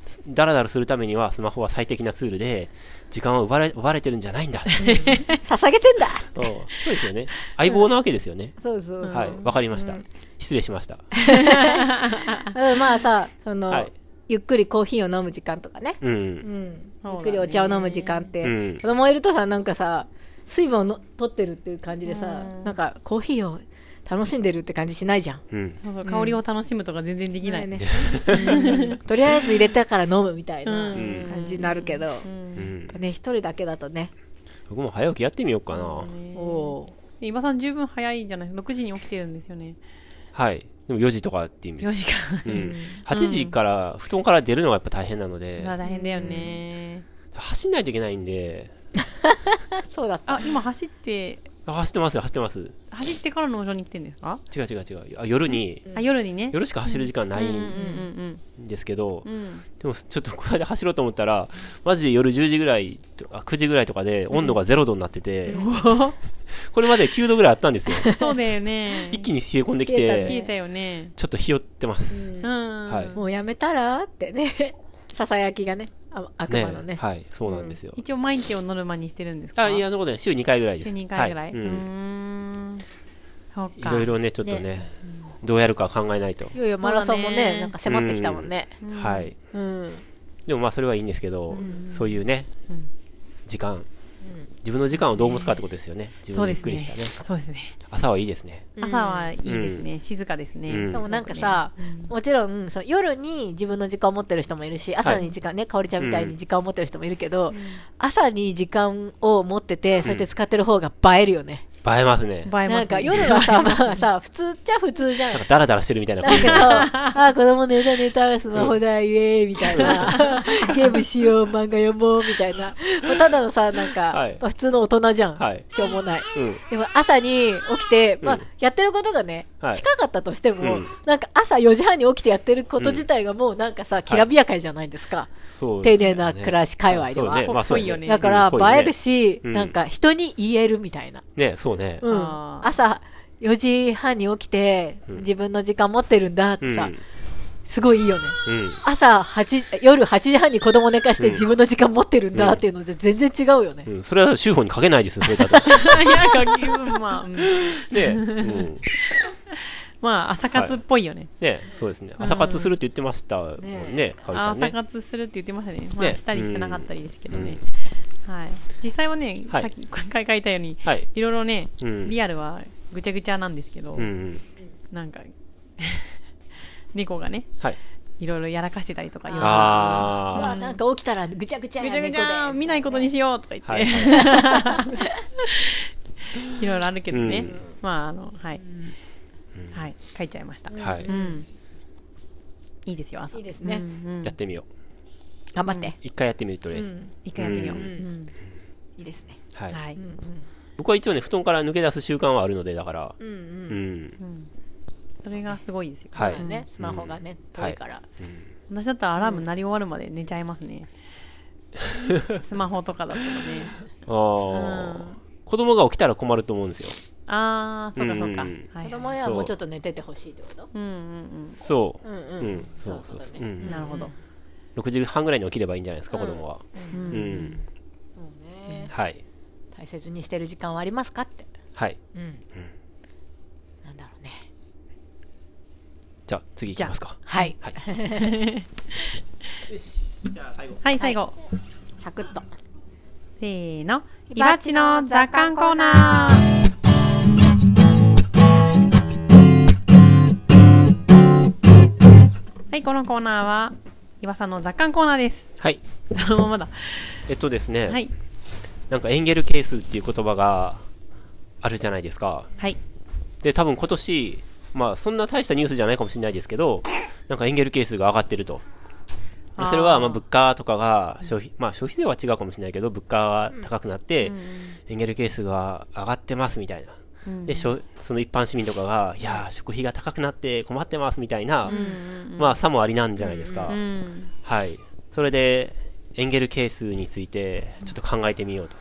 S2: すダラダラするためにはスマホは最適なツールで、時間を奪われ奪われてるんじゃないんだって。
S3: 捧げてんだ
S2: うん [laughs] そうですよね。相棒なわけですよね。
S3: そうそうそう。
S2: はい、わかりました。失礼しました。
S3: うんまあさ、その、
S2: はい
S3: ゆっくりコーヒーを飲む時間とかね。
S2: う。
S3: うんん。
S1: そうだね
S3: ゆっくりお茶を飲む時間って、
S2: うん
S3: 子供いるとさ、なんかさ、水分をの取ってるっていう感じでさ、なんかコーヒーを楽しんでるって感じしないじゃん。
S2: うん。
S1: そうそう、香りを楽しむとか全然できない。
S3: ね。うんとりあえず入れたから飲むみたいな
S1: うん
S3: 感じになるけど、やっ
S2: うん。
S3: ぱね、一人だけだとね。
S2: 僕も早起きやってみようかな。
S3: おー
S1: で今さん十分早いんじゃない ?6 時に起きてるんですよね。
S2: はい。でも4時とかって意味
S1: 4
S2: で
S1: 時
S2: す。
S1: 間。
S2: うん。8時から、布団から出るのがやっぱ大変なので
S1: [laughs] まあ、大変だよね。
S2: 走んないといけないんで、
S3: あそうだった。
S1: あ、今走って、
S2: あ走ってますよ、走ってます。違
S1: 走ってから農場に来てるんですか
S2: う違う違う。あ夜に、
S1: あ、夜にね。
S2: 夜しか走る時間ない
S1: うんうんん
S2: ですけど、
S1: うんうん。
S2: でもちょっとこの間走ろうと思ったら、マジで夜10時ぐらいと、あ9時ぐらいとかで温度が0度になってて、これまで9度ぐらいあったんですよ。
S1: そうだよ
S2: [laughs]
S1: ね。
S2: 一気に冷え込んでき
S3: 冷えた
S1: 冷え
S2: て、
S1: たよね。
S2: ちょっとひよってます。
S1: うん。
S2: はい。
S3: もうやめたらって
S5: [laughs]
S3: ね。ささやきがね、あ悪魔のね。
S2: はい、そうなんですよ。
S1: 一応毎日をノルマにしてるんですか
S2: あ、いや、そんなことない週2回ぐらいで
S1: 週
S2: す。
S1: 2回ぐらい。
S2: は
S1: う
S2: いうん
S1: ーん。そっ
S2: い
S1: か。
S2: ろいろね、ちょっとね、どうやるか考えないと
S3: い。よいよマラソンも
S1: そうだ
S3: ね、
S1: ね
S3: なんか迫ってきたもんね。
S2: はい。
S3: うん。
S2: でもまあ、それはいいんですけど、そういうね、時間、自分の時間をどう持つかってことですよね。自
S1: そう
S2: 分
S1: で
S2: ゆっ
S1: す
S2: く
S1: ね。
S2: りしたね。
S1: そうですね。
S2: 朝はいいですね。
S1: 朝はいいですね。静かですね。
S2: うん
S5: でもなんかさ、もちろんそう夜に自分の時間を持ってる人もいるし朝に時間ね、かおりちゃんみたいに時間を持ってる人もいるけど、朝に時間を持っててそうやって使ってる方が映えるよね、
S2: 映えますね。
S1: 映えますね
S5: なん
S1: [laughs]
S5: か夜はさ、まあさ、普通っちゃ普通じゃん。なん
S2: ダラダラしてるみたいな。
S5: かさ、あー、子供寝た寝た、スマホだ、イエーイ、みた
S2: [laughs]
S5: いな。ゲームしよう、漫画読もう、みたいな。もうただのさ、なんか、
S2: はい
S5: まあ普通の大人じゃん。
S2: はい
S5: しょうもない。
S2: うん。
S5: でも朝に起きて、まあ、
S2: うん
S5: やってることがね、
S2: はい
S5: 近かったとしても、
S2: うん
S5: なんか朝4時半に起きてやってること自体がもうなんかさ、きらびやかじゃないですか。
S2: そう
S5: 丁
S2: ですね
S5: 寧な暮らし界隈では
S2: そうねまあそう
S1: かっこいいよね
S5: だか
S2: うん
S5: ら、映える
S2: ね
S5: し、
S2: うん
S5: なんか人に言えるみたいな。
S2: ね、そうね。
S5: うん
S1: あー
S5: 朝4時半に起きて、自分の時間持ってるんだっ
S2: う
S5: て
S2: ん。
S5: さ、
S2: うん
S5: すごいいいよね。朝8、夜8時半に子供寝かして自分の時間持ってるんだっていうので全然違うよね。
S2: うん。それは修法に書けないですよ、それだと。
S1: いや、かきまあ、うん
S2: [laughs] ね。うん。
S1: まあ、朝活っぽいよね。
S2: ね、そうですね。朝活するって言ってましたもんね、かおりちゃん
S1: 朝
S2: ね。
S1: 活するって言ってましたね。まあ、
S2: ね
S1: したりしてなかったりですけどね。はい。実際はね、
S2: はい
S1: さっき今回書いたように、
S2: はい。
S1: いろいろね、
S2: うん
S1: リアルはぐちゃぐちゃなんですけど
S2: うんう、ん。
S1: なんか、 [laughs] 猫がね、
S2: はい。
S1: いろいろやらかしてたりとか、夜のうちに
S5: う
S2: あ
S5: わ、なんか起きたらぐちゃぐちゃ
S1: ぐ
S5: や
S1: ちゃぐ
S5: ね
S1: ちゃ見ないことにしようとか言っ
S2: あ。は
S1: て、
S2: い。
S1: [laughs] いろいろあるけどね、
S2: うん
S1: まああのはい、はい書いちゃいました、
S2: はい。
S1: うんいいですよ朝
S5: いいですね
S1: うんうん
S2: やってみよう。
S5: 頑張って。
S2: 一回やってみるとりあえず。
S1: 一回やってみよう、
S2: うん
S1: うん
S5: いいですね。
S2: はい。
S1: はい、
S2: 僕は一応ね、布団から抜け出す習慣はあるので、だから。
S5: うんう
S2: う
S5: ん。
S2: ん。
S1: それがすごいですよ、
S2: はい
S5: まあ。ね、スマホがね、遠いから。
S1: 私だったらアラーム鳴り終わるまで寝ちゃいます
S2: [laughs]
S1: ね、スマホとかだとね
S2: ああ。子供が起きたら困ると思うんですよ。
S1: ああそうかそうか、
S2: うん
S1: はい
S5: 子供はもうちょっと寝ててほしいってこと
S1: うんうん
S2: そう。
S5: うん
S2: う
S5: うんん。、
S2: そうそう
S5: そう
S2: そ。
S5: いう
S2: う
S1: うん
S2: ん。
S1: なるほど、
S2: 6時半ぐらいに起きればいいんじゃないですか、子供は。うん。
S5: もうね、
S2: はい。
S5: 大切にしてる時間はありますかって。
S2: はい。
S5: なんだろうね。
S2: じゃあ、次行きますか。
S5: はい。
S2: よし。じゃあ、最後。
S1: はい最後、
S5: サクッと。
S1: せーの
S5: イ
S1: イバ
S5: バ
S1: ッ
S5: ッ
S1: チ
S5: チ
S1: の
S5: の
S1: 雑
S5: 雑
S1: 感
S5: 感
S1: コ
S5: コ
S1: ー
S5: ー
S1: ナ
S5: ナ
S1: ーはい、このコーナーは、岩さんの雑感コーナーです。
S2: はい。
S1: そのままだ。
S2: えっとですね。
S1: はい。
S2: なんかエンゲル係数っていう言葉があるじゃないですか。
S1: はい。
S2: で、多分今年、まあそんな大したニュースじゃないかもしれないですけど、なんかエンゲル係数が上がってると。でそれはまあ物価とかが消費、まあ消費税は違うかもしれないけど、物価が高くなって、エンゲル係数が上がってますみたいな。で、しょその一般市民とかが、いやー、食費が高くなって困ってますみたいな、まあ、さもありなんじゃないですか。
S1: うん。
S2: はい。それで、エンゲル係数について、ちょっと考えてみようと。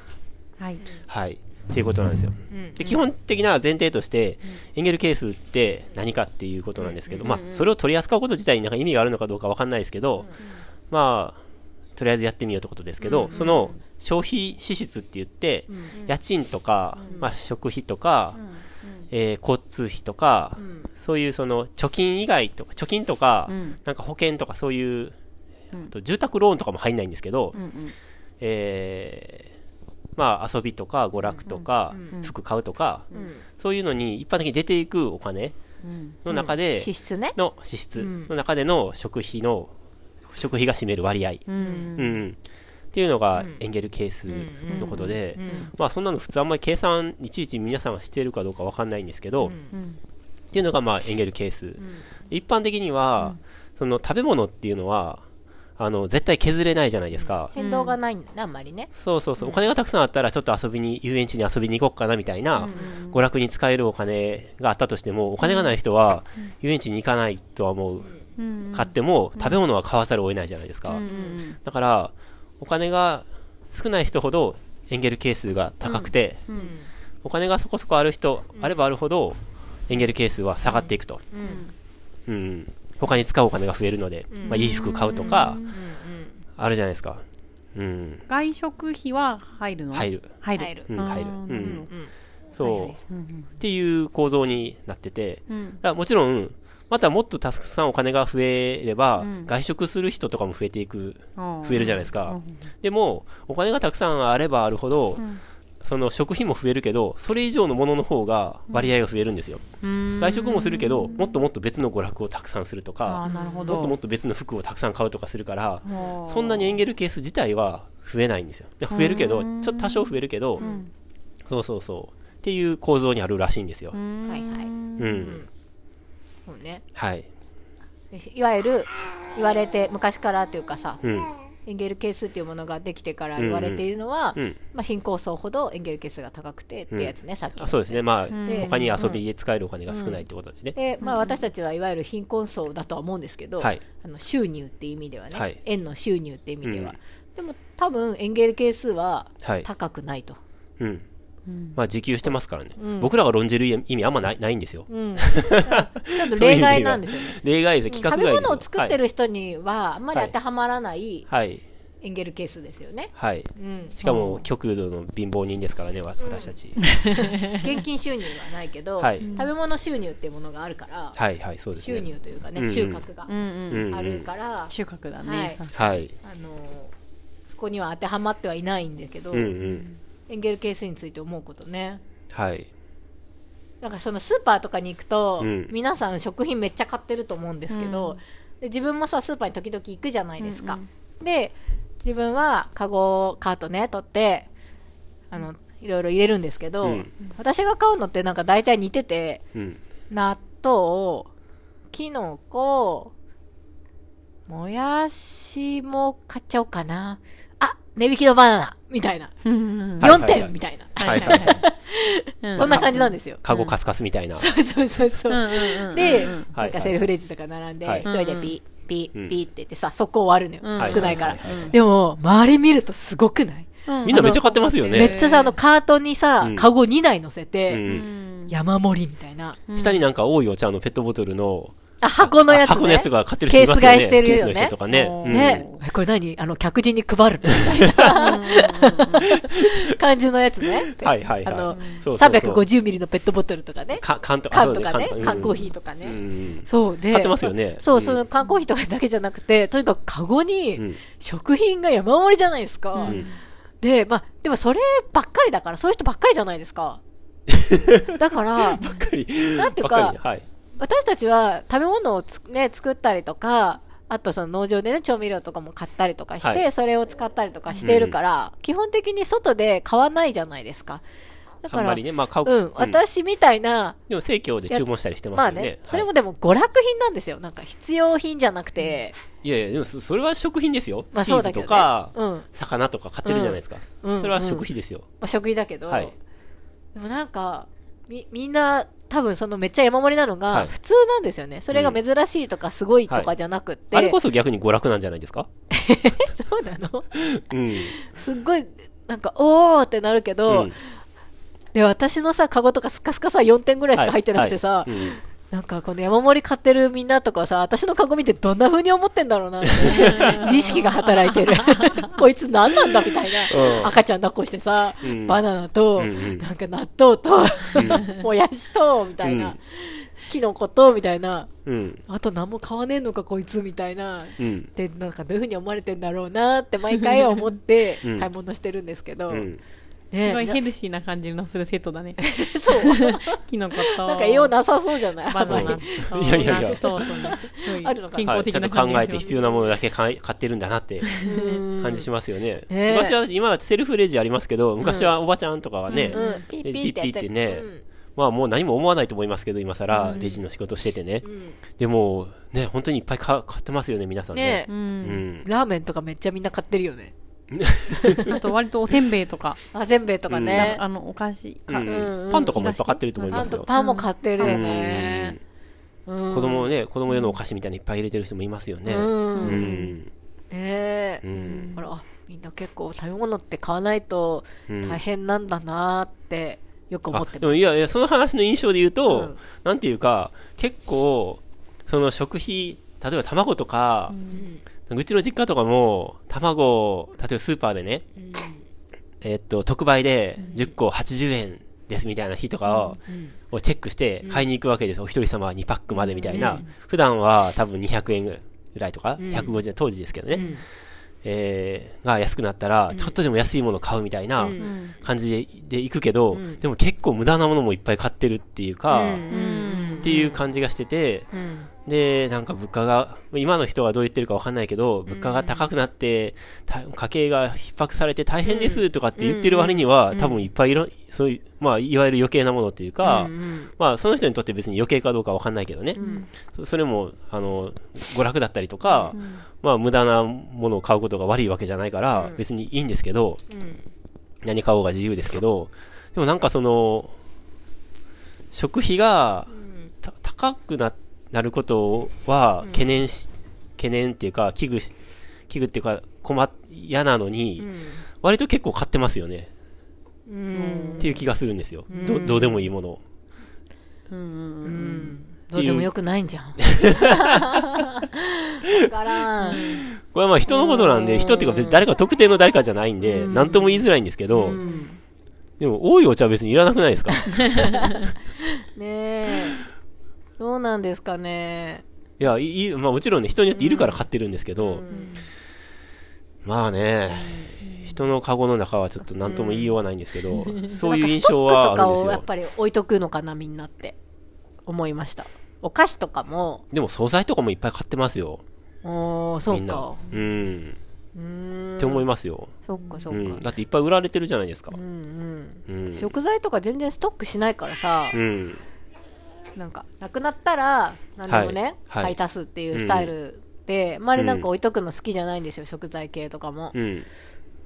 S1: はい。
S2: はい。っていうことなんですよ。で、基本的な前提として、エンゲル係数って何かっていうことなんですけど、まあ、それを取り扱うこと自体になんか意味があるのかどうかわかんないですけど、まあ、とりあえずやってみようってことですけど、その消費支出って言って、家賃とか、まあ、食費とか、えー交通費とか、そういうその貯金以外とか、貯金とか、なんか保険とかそういう、と住宅ローンとかも入んないんですけど、えーまあ、遊びとか娯楽とか、服買うとか、そういうのに一般的に出ていくお金の中で、
S5: 支出ね。
S2: の支出の中での食費の、食費が占める割合、
S1: うん。
S2: うんっていうのがエンゲル係数のことで、まあそんなの普通あんまり計算いちいち皆さんはしてるかどうかわかんないんですけど、っていうのがまあエンゲル係数。一般的には、その食べ物っていうのは、あの、絶対削れないじゃないですか。
S5: 変動がないんだな、あんまりね。
S2: そうそうそう、お金がたくさんあったらちょっと遊びに遊園地に遊びに行こうかなみたいな、娯楽に使えるお金があったとしてもお金がない人は遊園地に行かないとは思う、買っても食べ物は買わざるを得ないじゃないですか、だからお金が少ない人ほどエンゲル係数が高くて、お金がそこそこある人、あればあるほどエンゲル係数は下がっていくと、うん他に使うお金が増えるので、まあ、いい服買うとか、あるじゃないですかうん
S1: 外食費は入るの
S2: 入る。
S1: 入る。
S5: 入る
S2: う。ん、
S1: あー
S2: 入る。う
S1: なる
S2: ん。
S5: うん。
S2: そう。
S1: うん
S2: っていう構造になってて、
S1: う
S2: だ
S1: ん
S2: からもちろん、またもっとたくさんお金が増えれば、外食する人とかも増えていく、
S1: うん。
S2: 増えるじゃないですか。でも、お金がたくさんあればあるほど、その食費も増えるけど、それ以上のものの方が割合が増えるんですよ。外食もするけど、もっともっと別の娯楽をたくさんすると
S1: あ
S2: か
S1: ー、なるほ
S2: もっとも
S1: ど
S2: っと別の服をたくさん買うとかするから、
S1: ほう
S2: そんなにエンゲル係数自体は増えないんですよ。増えるけど、ちょっと多少増えるけど、そうそうそう。っていう構造にあるらしいんですよ。
S5: はいはい
S2: うん。
S5: そうね
S2: はい。
S5: いわゆる言われて昔からというかさ、
S2: うん。
S5: エンゲル係数っていうものができてから言われているのは、
S2: うんうんうん
S5: まあ、貧困層ほどエンゲル係数が高くてってやつね、さっき
S2: あそうですね。まあ、
S5: で
S2: 他に遊びで使えるお金が少ないってことでね。
S5: で、まあ、私たちはいわゆる貧困層だとは思うんですけど、
S2: はい
S5: あの収入っていう意味ではね、
S2: はい
S5: 円の収入っていう意味では、
S2: うん
S5: でも多分エンゲル係数は
S2: はい
S5: 高くないと、
S2: うん。まあ、自給してますからね。僕らが論じる意味あんまないないんですよ。 [laughs]
S5: うん、ちょっと例外なんですよね。
S2: 例外です。
S5: 食
S2: 企
S5: べ
S2: 画外ですよ。
S5: 物を作ってる人にはあんまり当てはまらない
S2: はい。はい。
S5: エンゲル係数ですよね、
S2: はい。
S5: うん、
S2: しかも、極度の貧乏人ですからね、わ私たち。 [laughs]
S5: 現金収入はないけど、
S2: はい
S5: 食べ物収入っていうものがあるから、
S2: はいはい、そうです
S5: 収
S2: ね。
S5: 入というか
S2: うんう
S5: ね
S2: ん
S5: 収穫が
S1: うんうん
S2: うんうん
S5: あるから、
S1: 収穫だ
S5: は
S1: ね
S5: い
S2: はい。
S5: あのそこには当てはまってはいないんだけど、
S2: うんうん。
S5: エンゲル係数について思うことね
S2: はい。
S5: なんかそのスーパーとかに行くと、
S2: うん
S5: 皆さん食品めっちゃ買ってると思うんですけど、で自分もさスーパーに時々行くじゃないですか、で自分はカゴをカートね取ってあのいろいろ入れるんですけど、
S2: うん
S5: 私が買うのってなんか大体似てて
S2: うん。
S5: 納豆きのこもやしも買っちゃおうかなあ値引きのバナナみたいな
S1: うん
S2: はいはい
S5: 4
S2: はい
S5: 点みたいな、
S2: はいはいはい。
S1: うん
S5: そんな感じなんですよ、
S2: カゴカスカスみたいな。
S5: そうそうそうそう、
S1: うんうんうん
S5: で、
S2: は
S5: ないんかセルフレジとか並んで、
S2: はい
S5: 一人でピッ、ピ
S2: うん
S5: ッ、ピッって言ってさ、そこ終わるの
S1: うん
S5: よ。少ないから
S2: はいはいはいは。
S5: でも、周り見るとすごくない
S1: うん
S2: みんなめっちゃ買ってますよ
S5: め
S2: ね
S5: っ。ちゃさ、あの、カートにさ
S2: うん、
S5: カゴ2台乗せ
S2: う。
S5: て、
S1: うんん
S5: 山盛りみたいな。
S2: 下になんか多いお茶のペットボトルの
S5: あ、箱のやつね。
S2: 箱のやつが買ってる人いますよね。
S5: ケース買いしてるよ
S2: ケ
S5: ね
S2: ースの人とかね。うん
S5: ね、えこれ何あの、客人に配るみたいな感じのやつね。
S2: はいはいは
S5: あ
S2: い。
S5: の、
S2: そうそうそう
S5: 350ミリのペットボトルとかね。
S2: か缶とか
S5: 缶とかね
S2: そう。
S5: 缶コーヒー
S2: ね
S5: とかね。
S2: うんうん
S5: そうで、
S2: 買ってますよね
S5: そうう、
S2: ん
S5: その缶コーヒーとかだけじゃなくて、とにかくカゴ
S2: う
S5: に
S2: ん
S5: 食品が山盛りじゃないですか。
S2: ん
S5: で、まあ、でもそればっかりだから、そういう人ばっかりじゃないですか。
S2: [laughs]
S5: だから、
S2: ばっかり。
S5: なんていうか
S2: ばっりはい。
S5: 私たちは食べ物をつ、ね、作ったりとか、あとその農場でね、調味料とかも買ったりとかして、
S2: はい
S5: それを使ったりとかしているから、基本的に外で買わないじゃないですか。だか
S2: あん
S5: ら、
S2: まりね、まあ買う。
S5: うん、私みたいな、
S2: でも、生協で注文したりしてます
S5: まあ
S2: よね。は
S5: ね
S2: い、
S5: それもでも娯楽品なんですよ。なんか必要品じゃなくて、
S2: いやいや、でもそそれは食品ですよ。
S5: まあ
S2: チー
S5: そう
S2: ズ
S5: だけ
S2: と
S5: どね
S2: か、
S5: うん
S2: 魚とか買ってるじゃないですか。
S5: うんうん
S2: それは食費ですよ。
S5: まあ、食費だけど、
S2: はい
S5: でもなんかみみんな多分そのめっちゃ山盛りなの
S2: はい
S5: が普通なんですよね、それが珍しいとかすごいとかじゃなくって、
S2: あれこそ逆に娯楽なんじゃないですか
S5: [laughs] そうなの
S2: うん。
S5: すっごいなんかおーってなるけど、
S2: うん
S5: で私のさカゴとかスカスカさ4点ぐらいしか入ってなくてさ、
S2: はいはいうん
S5: なんかこの山盛り買ってるみんなとかさ私のカゴ見てどんな風に思ってんだ
S2: [laughs]
S5: ろうなって自意識が働いてるこいつ何なんだみたい
S2: うん
S5: な赤ちゃん抱っこしてさ、
S2: うん
S5: バナナと、
S2: うんうん
S5: なんか納豆と、もやしとみたいな、
S2: うん
S5: キノコとみたいな
S2: うん。
S5: あと何も買わねえのかこいつみたいな、
S2: うん。
S5: でなんかどういう風に思われてんだろうなって毎回思って
S2: うん
S5: 買い物してるんですけど、
S2: うん。
S1: すごい
S5: ね
S1: ヘルシーな感じのするセット
S5: [laughs]
S1: だね。
S5: そう
S1: キノコと。
S5: なんか栄養なさそうじゃない
S1: バナナと。
S2: いやいやいや
S1: 納豆とねすごい
S5: あるのか
S1: 健
S5: な
S2: は
S1: 康的
S2: い、ちゃん
S1: な
S2: と
S1: 感じ
S2: 考
S1: が
S2: え
S1: しま
S2: て
S1: す
S2: 必要なものだけ買い買ってるんだなって感じしますよね。
S5: ね
S2: 昔は、今はセルフレジありますけど、昔はおばちゃんとかはね、
S5: うん、ピッ
S2: レ
S5: ピ
S2: ジピ
S5: ッて
S2: ッ
S5: や
S2: ピッってね、まあもう何も思わないと思いますけど、今更レジの仕事しててね。でも、ね、本当にいっぱい買買ってますよね、皆さんね
S5: ね。
S1: う。
S2: うんん。
S5: ラーメンとかめっちゃみんな買ってるよね
S1: あと割とおせんべいとか、
S5: あせんべいとかね、
S1: あの、お菓子か。
S2: うん
S5: うんうん
S2: パンとかもいっぱい買ってると思い
S5: パ
S2: ま
S5: ン
S2: すよ
S5: と。パンも買ってるよね、うん
S2: 子供をね、子供用のお菓子みたいにいっぱい入れてる人もいますよね。
S5: うん
S2: うん。
S5: ねえ、
S2: うん。
S5: だからあみんな結構食べ物って買わないと
S2: うん
S5: 大変なんだなーってよく思
S2: あ
S5: って
S2: で
S5: ます、
S2: もいやいや、その話の印象で言うと、
S5: うん
S2: なんていうか、結構、その食費、例えば卵とか、うちの実家とかも、卵、例えばスーパーでね、えっと、特売で10個80円ですみたいな日とかを,、をチェックして買いに行くわけです。お一人様は2パックまでみたいな。普段は多分200円ぐらいとか、150円当時ですけどね。えーが安くなったら、ちょっとでも安いもの買うみたいな
S3: うん
S2: 感じで行くけど、でも結構無駄なものもいっぱい買ってるっていうか、っていう感じがしてて、で、なんか物価が、今の人がどう言ってるかわかんないけど、物価が高くなって、た家計が逼迫されて大変ですとかって言ってる割には、多分いっぱいいろ、そういう、まあ、いわゆる余計なものっていうか、まあ、その人にとって別に余計かどうかわかんないけどね、そそれも、あの、娯楽だったりとか、まあ、無駄なものを買うことが悪いわけじゃないから、別にいいんですけど、何買おうが自由ですけど、でもなんかその、食費が、た高くななることは懸念し、懸念っていうか、危惧し、危惧っていうか、困っ、嫌なのに、割と結構買ってますよね。っていう気がするんですよ。どどうでもいいものを。
S3: どうでもよくないん
S2: [laughs]
S3: じゃん。わからん。
S2: これはまあ人のことなんで、人っていうか別に誰か特定の誰かじゃないんで、なんとも言いづらいんですけど、でも多いお茶は別にいらなくないですかい
S3: ねえ。どうなんですかね。
S2: や、いい、まあもちろんね、人によっているから買ってるんですけど、まあね、人のカゴの中はちょっと何とも言いようがないんですけど、そういう印象はあるんです
S3: なんかストックとかをやっ
S2: よ。
S3: ぱり置いとくのかな、みんなって。思いました。お菓子とかも、
S2: でも惣菜とかもいっぱい買ってますよ。
S3: おー、そ
S2: み
S3: うん
S2: な
S3: か。。
S2: うん。
S3: うーん。
S2: って思いますよ。
S3: そっかそうっか
S2: ん。。だっていっぱい売られてるじゃないですか。う。
S3: うんん
S2: うん
S3: うん。。食材とか全然ストックしないからさ、なんか、なくなったら、何でもね、
S2: はいはい
S3: 買い足すっていうスタイルで、あんまりなんか置いとくの好きじゃないんですよ、食材系とかも。
S2: うん。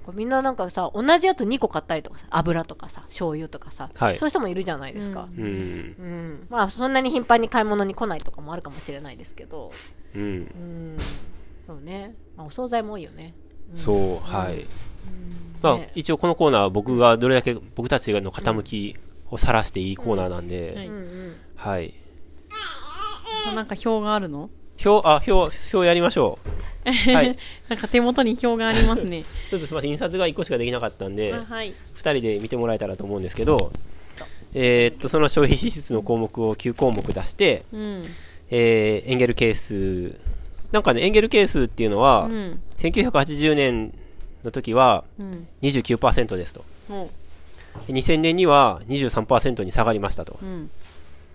S3: こうみんななんかさ同じやつ2個買ったりとかさ油とかさ醤油とかさ、
S2: はい
S3: そういう人もいるじゃないですか、
S2: うん。
S3: うんまあそんなに頻繁に買い物に来ないとかもあるかもしれないですけど
S2: うん。
S3: そうね、まあ、お惣菜も多いよね
S2: そう、はい。まあ
S3: ね、
S2: 一応このコーナーは僕がどれだけ僕たちの傾きを晒していいコーナーなんで、はい。
S1: なんか表があるの
S2: 表、あ、表、表やりましょ [laughs] う。はい。
S1: なんか手元に表がありますね。
S2: ちょっとすみません、印刷が1個しかできなかったんで、
S1: あはい。
S2: 2人で見てもらえたらと思うんですけど、えーっと、その消費支出の項目を9項目出して、
S1: うん。
S2: えーエンゲル係数、なんかね、エンゲル係数っていうのは、
S1: うん。
S2: 1980年の時は
S1: うん。
S2: 29%ですと。
S1: も
S2: 2000年には23%に下がりましたと
S1: う。。うん。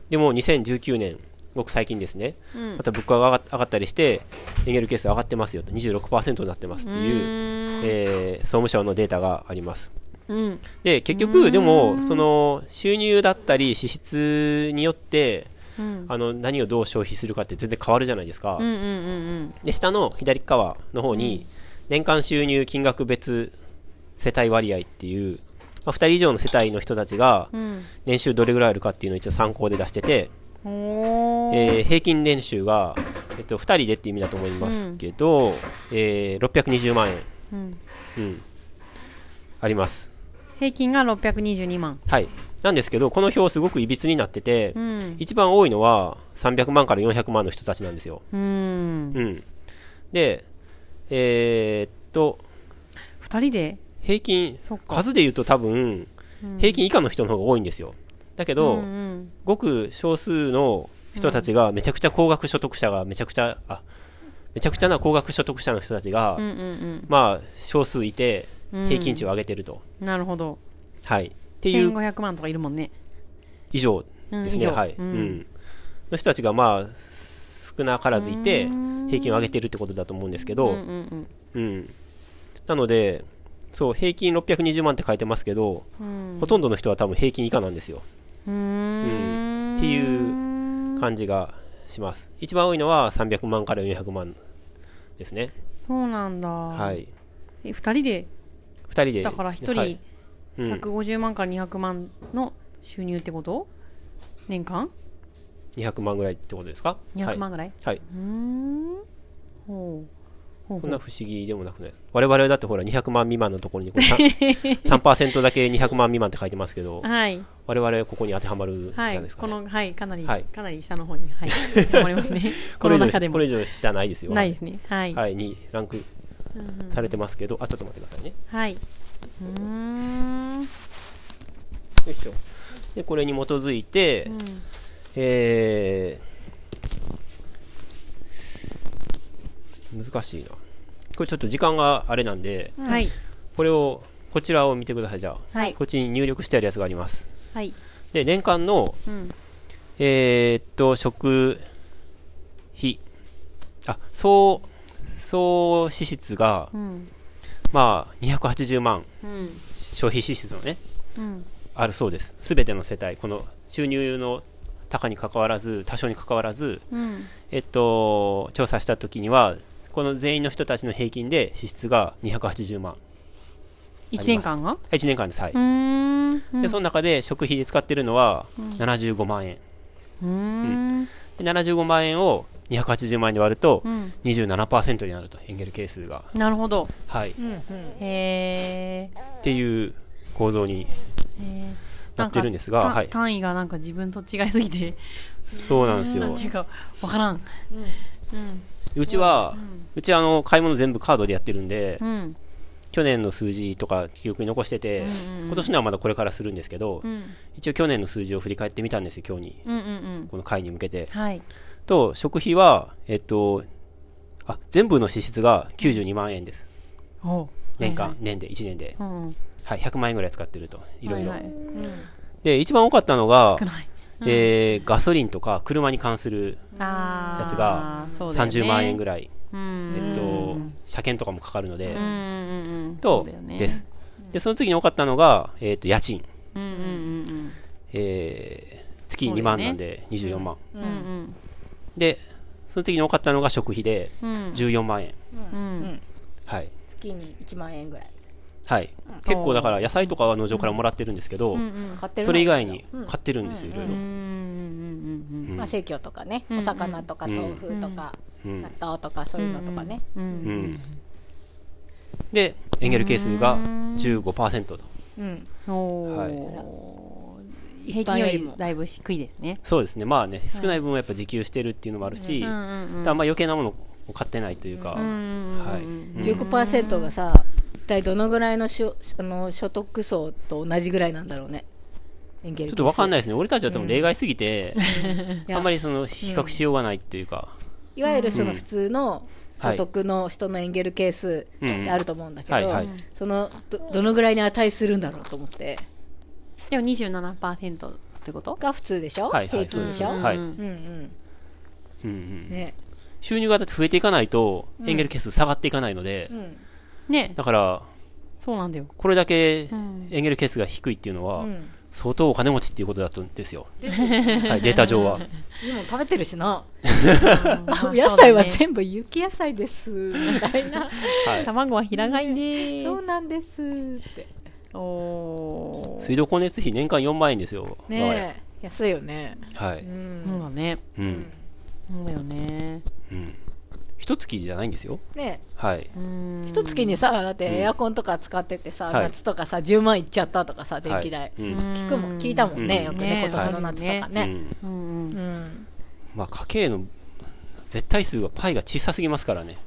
S2: でも2019年、ごく最近ですね。
S1: うん
S2: また物価が上が上がったりして、エンゲル係数上がってますよと。26%になってますっていう、えー総務省のデータがあります。
S1: うん。
S2: で、結局、でも、その、収入だったり支出によって、
S1: うん。
S2: あの、何をどう消費するかって全然変わるじゃないですか。
S1: うん。うん。うん。
S2: で、下の左側の方に、年間収入金額別世帯割合っていう、まあ、2人以上の世帯の人たちが、
S1: うん。
S2: 年収どれぐらいあるかっていうのを一応参考で出してて、
S1: うん。おー。
S2: えー平均年収が、えっと、2人でって意味だと思いますけど、えー620万円、
S1: うん
S2: うん、あります。
S1: 平均が622万。
S2: はい。なんですけど、この表すごくいびつになってて、
S1: うん。
S2: 一番多いのは300万から400万の人たちなんですよ。
S1: うん。
S2: うん。で、えーっと、
S1: 二人で
S2: 平均
S1: そっか
S2: 数で言うと多分平均以下の人の方が多いんですよだけど、
S1: うん。
S2: ごく少数の人たちがめちゃくちゃ高額所得者がめちゃくちゃあめちゃくちゃな高額所得者の人たちが、
S1: うん。うん。
S2: まあ少数いて
S1: うん
S2: 平均値を上げてると、
S1: うん。なるほど。
S2: はいっていう
S1: 1500万とかいるもんね。
S2: 以上
S1: うん。
S2: です
S1: 以
S2: ね、
S1: 上。
S2: はい、
S1: う
S2: うん
S1: ん。
S2: の人たちがまあ少なからずいて平均を上げてるってことだと思うんですけど、
S1: うん。うん。
S2: うん。なので、そう、平均620万って書いてますけど、ほとんどの人は多分平均以下なんですよ。うんっていう感じがします。一番多いのは300万から400万ですね。
S1: そうなんだ。。
S2: はいい。
S1: え、二人で、
S2: 2人で、
S1: だから一人
S2: はい、うん、
S1: 150万から200万の収入ってこと年間
S2: 200万ぐらいってことですか
S1: ?200 万ぐらい
S2: はい。はい。
S1: うーん。ほう。ほう
S2: そ
S1: ほ
S2: ん
S1: う
S2: な不思議でもなくないです我々はだってほら200万未満のところ
S1: [laughs]
S2: にこうさん3%だけ200万未満って書いてますけど、
S1: はい。
S2: 我々はここに当てはまるじゃ
S1: は
S2: ない
S1: い。
S2: です
S1: こ
S2: かね、
S1: の、はい。かなり、
S2: はい
S1: かなり下の方に、
S2: [laughs]
S1: はい。思りますね。この
S2: 以上
S1: 中でも
S2: これ。以上下ないですよ。
S1: ないですね。はい。はい。
S2: はい、にランクされてますけど、あ、ちょっと待ってくださいね。
S1: うーん。
S2: よいしょ。で、これに基づいて、えー、難しいな。これちょっと時間があれなんで、
S1: はい。
S2: これを、こちらを見てください、じゃあ。
S1: はい。
S2: こっちに入力してあるやつがあります。
S1: はい。
S2: で、年間の、
S1: うん。
S2: えーっと、食費。あ、総、総支出が、
S1: うん。
S2: まあ、280万
S1: うん。
S2: 消費支出のね、
S1: うん。
S2: あるそうです。すべての世帯、この収入の高に関わらず、多少に関わらず、
S1: うん。
S2: えっと、調査したときには、この全員の人たちの平均で支出が280万。
S1: 一年間が。
S2: 1年間です、はいう
S1: ーん。うん
S2: で、その中で食費で使ってるのは75万円。
S1: うーん。
S2: で75万円を280万円で割ると
S1: うん。
S2: 27%になると、エンゲル係数が。
S1: なるほど。
S2: はい。っ
S1: へえ。
S2: ていう構造に
S1: へー
S2: なってるんですが、
S1: た
S2: はい。
S1: 単位がなんか自分と違いすぎて、
S2: [laughs] そうなんです
S1: なん
S2: よ
S1: てい。うか、わからん。
S2: うちは、うちはあの、買い物全部カードでやってるんで
S1: う、ん。
S2: 去年の数字とか記憶に残してて、今年のはまだこれからするんですけど
S1: う、ん。
S2: 一応去年の数字を振り返ってみたんですよ、今日に。
S1: うんうんうん。
S2: この会に向けて。
S1: はい。
S2: と、食費は、えっと、あ、全部の支出が92万円です。
S1: おう
S2: 年間、
S1: はい
S2: 年で、1年で。
S1: はいうん。
S2: はい、100万円ぐらい使ってると。いろいろ。
S1: はは
S2: で、一番多かったのが
S1: 少、ない。
S2: えー、ガソリンとか車に関する
S1: あー
S2: やつが
S1: そうだよね
S2: 30万円ぐらい。
S1: うん
S2: えっと、車検とかもかかるので
S1: う、んうんうん
S2: と
S1: そうだよ、ね
S2: です。で、その次に多かったのが、えっと、家賃。
S1: うんうんうん
S2: えー、月2万なんで24万。
S1: うんうん
S2: で、その次に多かったのが食費で
S1: うん
S2: 14万円。
S1: うん
S2: はい。
S5: 月に1万円ぐらい
S2: はい。結構だから野菜とかは農場からもらってるんですけど、
S5: 買ってるの
S2: それ以外に買ってるんですよ、いろいろ。
S5: まあ生協とかねお魚とか豆腐とか
S2: うん
S5: 納豆とかそういうのとかね
S2: うんで、エンゲル係数が15%と。
S5: うん
S1: おー平均よりもだいぶ低いですね
S2: そうですね。まあね、少ない分はやっぱ自給してるっていうのもあるし、
S1: うんうん
S2: あんま余計なものを買ってないというか、はい。うん
S5: 15%がさ一体どのぐらいのしょあの所得層と同じぐらいなんだろうねちょ
S2: ちょっとわかんないいですね。俺たちは多分例外す
S1: [laughs]
S2: ぎて、
S5: や
S2: あんまりその比較しようがないっていうか、
S5: いわゆるその普通の所得の人のエンゲル係数ってあると思うんだけど、
S2: うんうんはいはい
S5: そのどどのぐらいに値するんだろうと思って
S1: でも27%ってこと
S5: が普通でしょ、
S2: はいは
S5: 平
S2: い、そう
S5: 均
S2: で
S5: でし
S2: す。
S5: ょ、
S2: はい。う
S1: うん
S5: うんうん
S2: うん
S5: ね
S2: 収入がだって増えていかないと、エンゲル係数下がっていかないので、
S5: うん
S1: ね
S2: だから、
S1: そうなんだよ
S2: これだけエンゲル係数が低いっていうのは、
S5: ん
S2: 相当お金持ちっていうことだったんですよ。はい、データ上
S5: [laughs]
S2: は。
S5: でも食べてるしな
S1: [laughs] まあ
S5: 野菜は
S1: そうだね
S5: 全部雪野菜ですみたいな
S2: はい。
S1: 卵は平飼いね
S5: そうなんですって
S1: おー
S2: 水道光熱費年間4万円ですよ。我が家
S5: ねえ安いよね
S2: はい。
S1: そうだね
S2: うん。
S1: そうだよね
S2: うん。一月じゃないんですよ。
S5: ね
S2: はい。
S1: うん
S5: え一月にさだってエアコンとか使っててさ、
S2: はい
S5: 夏とかさ10万いっちゃったとかさ電気代、
S2: はいうん
S5: 聞くもん聞いたもんね、
S2: うん
S5: よく
S1: ね
S5: ね今年の夏とか
S2: う
S5: ね
S2: ん
S1: うんうん
S5: うん
S2: まあ家計の絶対数がパイが小さすぎますからね。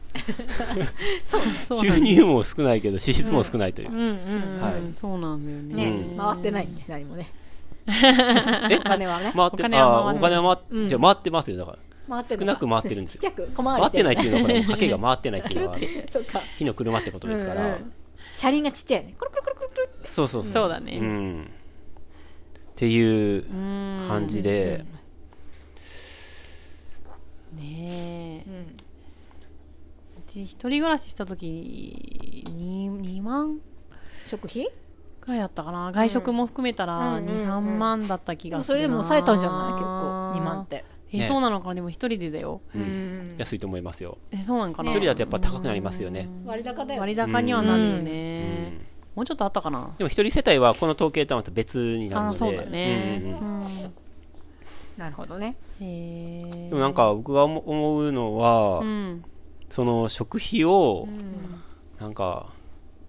S1: そう
S2: 収入も少ないけど支出も少ないという
S5: う。んうん
S2: はい
S1: うんそうなんだよね
S5: ね、
S2: うん
S5: 回ってないね何もねお金はね
S2: 回っ
S1: お
S2: て
S1: 金は
S2: あ
S1: 回
S2: ー
S1: ら
S2: お
S1: ない
S2: 金は回っじゃあ回ってますよだから。
S5: 回ってる
S2: 少なく回ってるんですよ
S5: ちっちゃく小回
S2: 回
S5: り
S2: っ
S5: して
S2: て
S5: る
S2: ないっていうのはこれ家計が回ってないっていうの
S1: [laughs]
S2: は
S5: そうか
S2: 火の車ってことですか
S5: うん
S2: ら
S5: う。ん車輪がちっちゃいよねコロコロコロコロコロって
S2: そうそうそう。
S1: そうだね
S2: うん。っていう感じで、
S1: ねえ
S5: ん
S1: うち一人暮らしした時に 2, 万
S5: 食費
S1: くらいだったかな外食も含めたら
S5: うん
S1: 23万だった気
S5: で
S1: が
S5: も
S1: す
S5: そ
S1: る
S5: れでも抑えたんじゃない結構2万ってて
S1: え
S2: ね
S1: そうなのかなでも一人でだよ
S5: うん
S2: 安いと思いますよ。
S1: えそうなんか
S2: 一
S1: な
S2: 人だとやっぱ高くなりますよね。
S5: 割高だよ
S1: 割高にはなるよ
S2: う
S1: ね
S2: ん
S1: もうちょっとあったかな
S2: でも一人世帯はこの統計とはまた別になるの
S1: あ
S2: で。
S1: そうだね
S2: うんうんうん
S5: なるほどね
S1: へえ
S2: でもなんか僕が思思うのは、
S1: うん
S2: その食費を、なんか、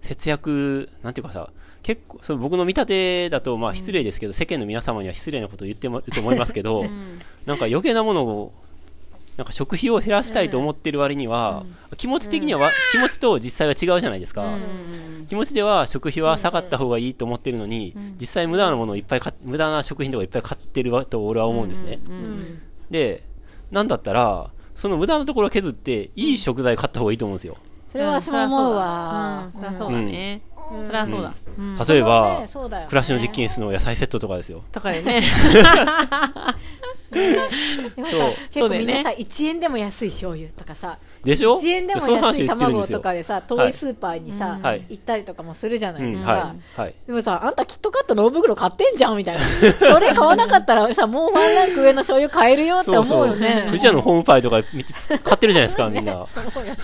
S2: 節約、なんていうかさ、結構、その僕の見立てだと、まあ失礼ですけど、世間の皆様には失礼なことを言っても、言うと思いますけど、なんか余計なものを、なんか食費を減らしたいと思ってる割には、気持ち的にはわ、気持ちと実際は違うじゃないですか。気持ちでは食費は下がった方がいいと思ってるのに、実際無駄なものをいっぱい買っ無駄な食品とかいっぱい買ってるわと俺は思うんですね。で、なんだったら、その無駄なところを削って、いい食材買った方がいいと思うんですよ。
S5: それは私も思うわ。
S1: そりゃそうだね。そりゃそうだ。うん
S2: 例えば、
S5: ねそうだよね
S2: 暮らしの実験室の野菜セットとかですよ。
S1: とかでね。そう
S2: そう
S3: でもさ結
S1: だ
S3: 構
S1: よ
S3: み
S1: ね
S3: んなさ、1円でも安い醤油とかさ
S2: でしょ
S3: 1円でも
S2: その話
S3: 安い
S2: 言ってるんで
S3: 卵
S2: す
S3: と
S2: よ。
S3: かでさ遠いスーパーにさ、
S2: はい
S3: 行ったりとかもするじゃな
S2: う
S3: い
S2: ん、
S3: ですか、
S2: はい。はい。
S3: でもさあんたキットカットの大袋買ってんじゃんみたいなそれ買わなかったら
S2: [laughs]
S3: さもうワンランク上の醤油買えるよって
S2: そ
S3: 思
S2: うそう
S3: よね
S2: 富士屋のホームパイとか見て買ってるじゃないですか、みんな。
S3: 思 [laughs] うよね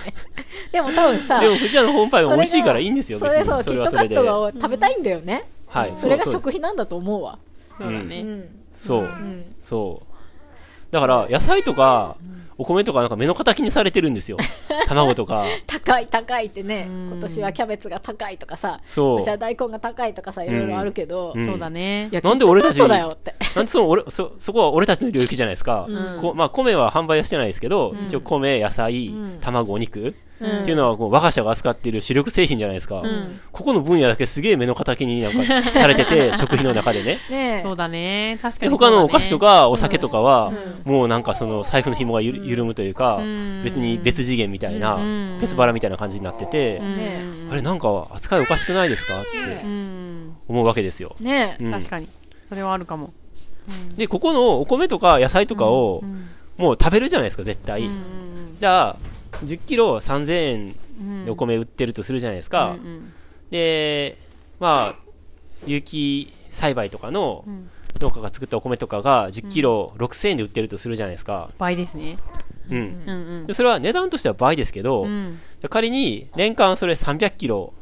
S3: でも多分さ
S2: でも、富士屋のホームパイ
S3: そ
S2: は美
S3: れが
S2: 味しいからいいんですよ、
S3: そ
S2: 別
S3: れそ
S2: に。
S3: うキ
S2: それ
S3: ット
S2: はそ
S3: カ
S2: れ
S3: ッ
S2: で。
S3: トが食べたいんだよね、
S2: はい。
S3: それが
S2: うう
S3: 食費なんだと思うわ
S1: そうだね。
S2: そう
S3: うん
S2: そう。だから、野菜とか、お米とかなんか目の敵にされてるんです
S3: [laughs]
S2: よ。卵とか。
S3: 高い高いってね今年はキャベツが高いとかさ
S2: そう
S3: 今年は大根が高いとかさいろいろあるけど、
S2: [laughs] うん
S1: そうだね
S3: い。や
S2: なんで俺たち
S3: キットカットだよって
S2: なんでその俺、そ、そこは俺たちの領域じゃないですか。こまあ、米は販売はしてないですけど、一応米、野菜、卵、お肉、っていうのはこう、我が社が扱っている主力製品じゃないですか。ここの分野だけすげえ目の敵になん [laughs] かされてて、食費の中 [laughs] でね。
S3: ねえ
S1: そうだね。確か
S2: で
S1: に。
S2: 他のお菓子と。かお酒とかは、もうなんかその財布の紐がゆる緩むというか、別に別次元みたいな、別腹みたいな感じになってて、あれなんか扱いおかしくないですかって
S1: うん。
S2: 思うわけですよ。
S3: ねえ
S2: うん
S1: 確かに。それはあるかも。
S2: で、ここのお米とか野菜とかを、もう食べるじゃないですか、絶対。じゃあ、10キロ3000円でお米売ってるとするじゃないですか。で、まあ、有機栽培とかの農家が作ったお米とかが10キロ6000円で売ってるとするじゃないですか。
S1: 倍ですね。
S2: うん。
S1: うんうん。
S2: でそれは値段としては倍ですけど、
S1: ん
S2: 仮に年間それ300キロ、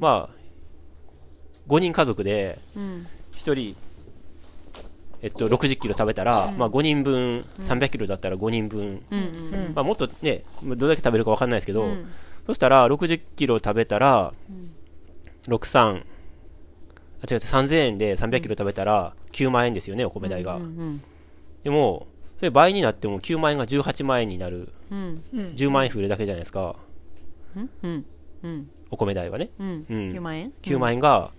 S2: まあ、5人家族で、1人、えっと、60キロ食べたら、まあ5人分、300キロだったら5人分、まあもっとね、まあどれだけ食べるか分かんないですけど、そしたら60キロ食べたら、63、あ、違う、3000円で300キロ食べたら9万円ですよね、お米代が。でも、それ倍になっても9万円が18万円になる。10万円 [laughs] 増えるだけじゃないですか。
S1: うんうん
S2: お米代はね。
S1: うん。
S2: うん
S1: 9万円
S2: 9万円が、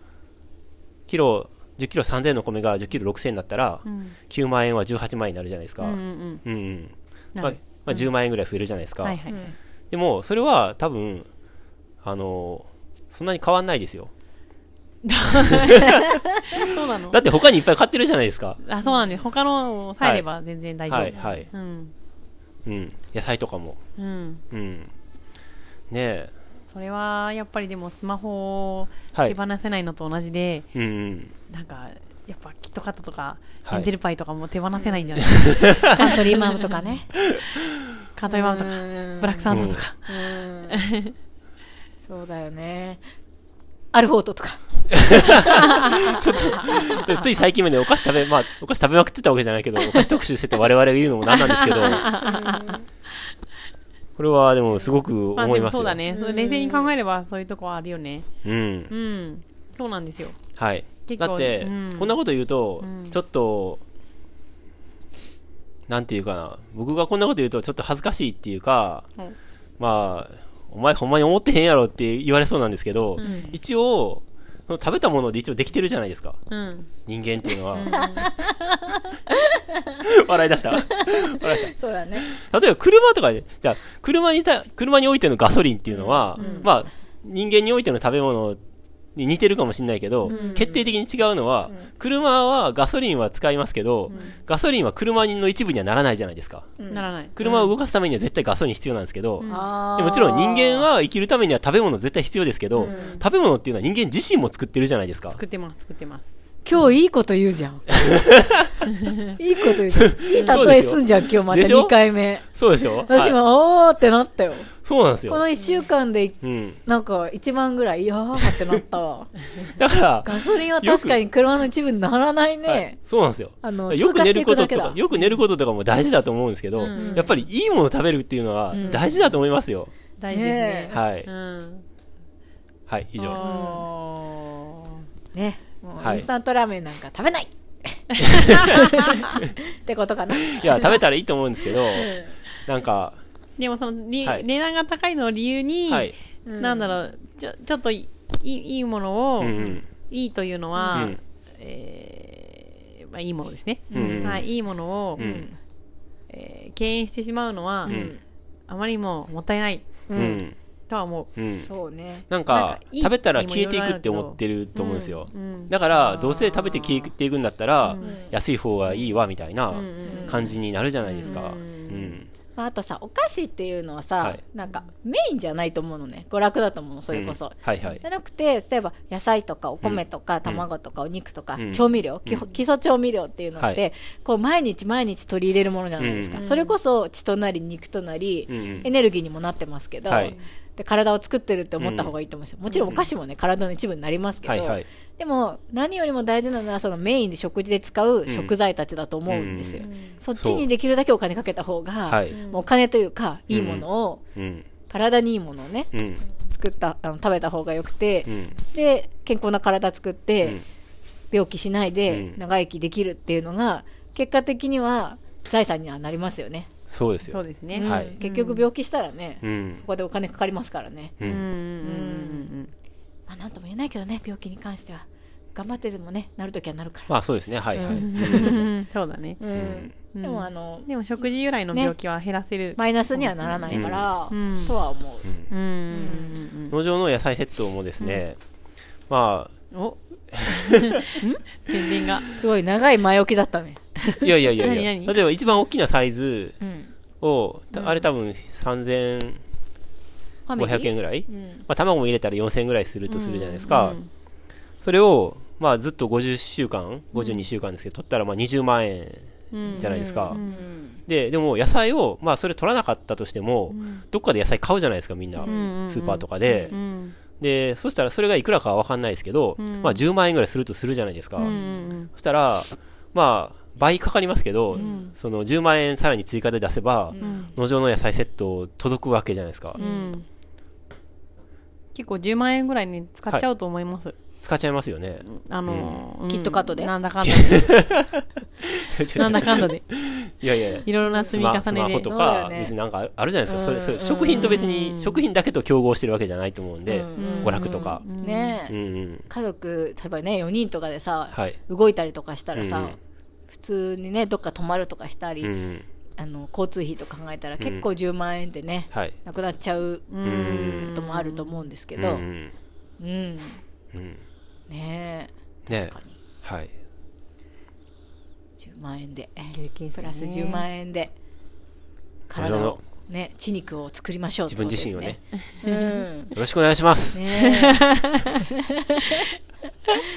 S2: キロ、10キロ3000円の米が10キロ6000円だったら、9万円は18万円になるじゃないですか。う
S1: うん
S2: ん
S1: うん
S2: うん。
S1: うん。
S2: まあ、まあ、10万円ぐらい増えるじゃないですか。
S1: はいはい。
S2: でも、それは多分、あのーそんなに変わんないですよ。
S1: [laughs] そうなの
S2: だって他にいっぱい買ってるじゃないですか。
S1: あ、そうなんです。他のをさえれば全然大丈
S2: はい、
S1: 夫。
S2: はい。
S1: うん。
S2: うん。野菜とかも。
S1: うん。
S2: うん。ねえ。
S1: それは、やっぱりでもスマホを
S2: は
S1: 手
S2: い。
S1: 放せないのと同じで、
S2: うんうん。
S1: なんか、やっぱキットカットとか、
S2: はい
S1: エンゼルパイとかも手放せないんじゃない
S5: カントリーマームとかね。
S1: カートリーマンとか、ブラックサンダーとか。
S3: うんそうだよねアルフォートとか
S2: でつい最近までお菓子食べ、まあ、お菓子食べまくってたわけじゃないけど、お菓子特集してて我々が言うのもなんなんですけど、
S1: [laughs]
S2: これはでもすごく
S1: まあ
S2: 思い
S1: で
S2: ま
S1: も
S2: す
S1: そ
S2: よ。
S1: うだね。それ冷静に考えればそういうとこはあるよね。
S2: うん。
S1: うん。そうなんですよ。
S2: はい。
S1: 結構
S2: だって、
S1: うん
S2: こんなこと言うと、ちょっと、なんていうかな、僕がこんなこと言うとちょっと恥ずかしいっていうか、
S1: うん
S2: まあ、お前ほんまに思ってへんやろって言われそうなんですけど、一応、その食べたもので一応できてるじゃないですか。
S1: うん。
S2: 人間っていうのは。 [laughs] 笑い出した。笑い出し
S3: そうだね
S2: た。例えば車とかで、じゃあ、車にた、車においてのガソリンっていうのは、まあ、人間においての食べ物に似てるかもしれないけど、決定的に違うのは、車はガソリンは使いますけど、ガソリンは車の一部にはならないじゃないですか。
S1: ならない。
S2: 車を動かすためには絶対ガソリン必要なんですけど、
S3: あ
S2: でもちろん人間は生きるためには食べ物絶対必要ですけど、食べ物っていうのは人間自身も作ってるじゃないですか。
S1: 作ってます、作ってます。
S5: 今日いいこと言う
S2: [laughs]
S5: じゃん。いいこと言うじゃん。いい
S2: そう
S5: 例
S2: で
S5: え
S2: すよ
S5: すんじゃん、今日また
S2: でしょ
S5: 2回目。
S2: そうでしょ
S5: 私
S2: はい
S5: も、おーってなったよ。
S2: そうなんです
S5: この
S2: よ。
S5: 1週間で、
S2: うん。
S5: なんか1万ぐらい、いやーってなった
S2: [laughs]
S5: わ。
S2: だから、
S5: ガソリンは確かに車の一部にならないね。
S2: はいそうなんですよ。
S5: あの
S2: よく寝ること
S5: 通過してい
S2: と
S5: くだけ
S2: か、
S5: だ
S2: よく寝ることとかも大事だと思うんですけど、やっぱりいいものを食べるっていうのは大事だと思いますよ。
S1: 大事ですね
S5: ね。
S2: はい。
S1: うん。
S2: はい、以上。
S1: おー
S3: ねも
S2: は
S3: う
S2: い
S3: インスタントラーメンなんか食べないってことかない
S2: や、食べたらいいと思うんですけど、なんか、
S1: [laughs] でもその、り
S2: はい
S1: 値段が高いのを理由に、
S2: はい。
S1: なんだろう、ちょ、ちょっといい、いいものを、
S2: うんうん。
S1: いいというの
S2: う
S1: は
S2: ん、
S1: えーまあいいものですね。
S2: うん
S1: はい、いいものを
S2: う、ん。
S1: えー敬遠してしまうのは、あまりにももったいない
S2: うん。
S1: ととは思う。
S2: うん
S5: そうね
S1: な
S2: なん
S1: ん
S2: か
S1: かいい
S2: 食べたら消えていくって思ってると思うんですよ、
S1: うん
S2: だからどうせ食べて消えていくんだったら、安い方がいいわみたいな感じになるじゃないですか、うん
S5: まああとさお菓子っていうのはさ、
S2: はい
S5: なんかメインじゃないと思うのね娯楽だと思うのそれこそ、
S2: うんはいはい
S5: じゃなくて例えば野菜とかお米とか卵とかお肉とか、
S2: うん
S5: 調味料、基本基礎調味料っていうのって、
S2: はい
S5: こう毎日毎日取り入れるものじゃないですか、
S2: う
S5: それこそ血となり肉となり、
S2: うんうん
S5: エネルギーにもなってますけど、
S2: はい
S5: で体を作ってるって思った方がいいと思うんですよ、もちろんお菓子もね体の一部になりますけど、
S2: はいはい
S5: でも何よりも大事なのはそのメインで食事で使う食材たちだと思うんですよ、そっちにできるだけお金かけた方が、
S2: はい
S5: もうお金というかいいものを、
S2: うん
S5: 体にいいものをね
S2: うん
S5: 作ったあの食べた方がよくて、
S2: うん
S5: で健康な体作って、
S2: うん
S5: 病気しないで
S2: うん
S5: 長生きできるっていうのが結果的には財産にはなりますよね、
S2: そうです
S1: そう
S2: よ
S1: ですね。
S2: はい
S5: うん結局病気したらね、
S2: う
S5: こ
S2: ん
S5: こでお金かかりますからね、
S2: うん
S1: うんうん
S5: まあ、なんとも言えないけどね病気に関しては頑張ってでもねなるときはなるから、
S2: まあそうですねはいはい、
S1: うんうんうん。そうだね。
S5: うん
S1: うん
S5: でもあの
S1: でも食事由来の病気は減らせる。
S5: マイナスにはならないから、
S1: うん
S5: とは思う、
S1: うんうん
S2: 農場の野菜セットもですね、まあ
S1: うん。 [laughs] お宣伝が。
S5: すごい長い前置きだったね
S2: いやいやいやい
S1: [laughs]
S2: や
S1: 何何
S2: 例えば一番大きなサイズ
S5: うん
S2: を、たあれ多分3500
S5: ファミリー
S2: 円ぐらい、
S5: うん
S2: まあ、卵も入れたら4000円ぐらいするとするじゃないですか、それを、まあ、ずっと50週間52週間ですけど取ったらまあ20万円じゃないですか、ででも野菜を、まあ、それ取らなかったとしても、どっかで野菜買うじゃないですかみんな、
S1: んうん
S2: スーパーとかで、
S1: うん
S2: でそしたらそれがいくらかは分かんないですけど、まあ、10万円ぐらいするとするじゃないですか、
S1: うん
S2: そしたらまあ倍かかりますけど、その10万円さらに追加で出せば、農場の野菜セット届くわけじゃないですか、
S1: うん。結構10万円ぐらいに使っちゃうと思います。
S2: 使っちゃいますよね、
S1: あのー、うん
S5: キットカットで
S1: なんだかんだ
S2: [laughs]
S1: で。なんだかんだで。
S2: いやいやいや
S1: いろいろな
S2: ス
S1: 積み重
S2: マスマ
S1: ね
S2: ホ
S1: で
S2: と。
S5: そうだよ
S2: か、
S5: ね
S2: 別になんかあるじゃないですか、それそれ食品と別に食品だけと競合してるわけじゃないと思うんで、娯楽とか、
S5: ねえ、
S2: うんうん
S5: 家族例えばね4人とかでさ、
S2: はい
S5: 動いたりとかしたらさ、
S2: うんうん
S5: 普通にねどっか泊まるとかしたり、
S2: うんうん
S5: あの交通費とか考えたら結構10万円でね、
S2: はい
S5: なくなっちゃう
S2: うんうん
S5: こともあると思うんですけ
S2: う
S5: ど、うん
S2: んうん
S5: ねえ
S2: ね
S5: 確かに
S2: はい
S5: 10万円で
S1: プ
S5: プラス10万円で体
S2: なる
S5: を
S2: ほ、
S5: ね、血肉を作りましょう
S2: 自分自身をね
S5: ってことですね。うん
S2: よろしくお願いします、 [laughs]
S5: ねえそう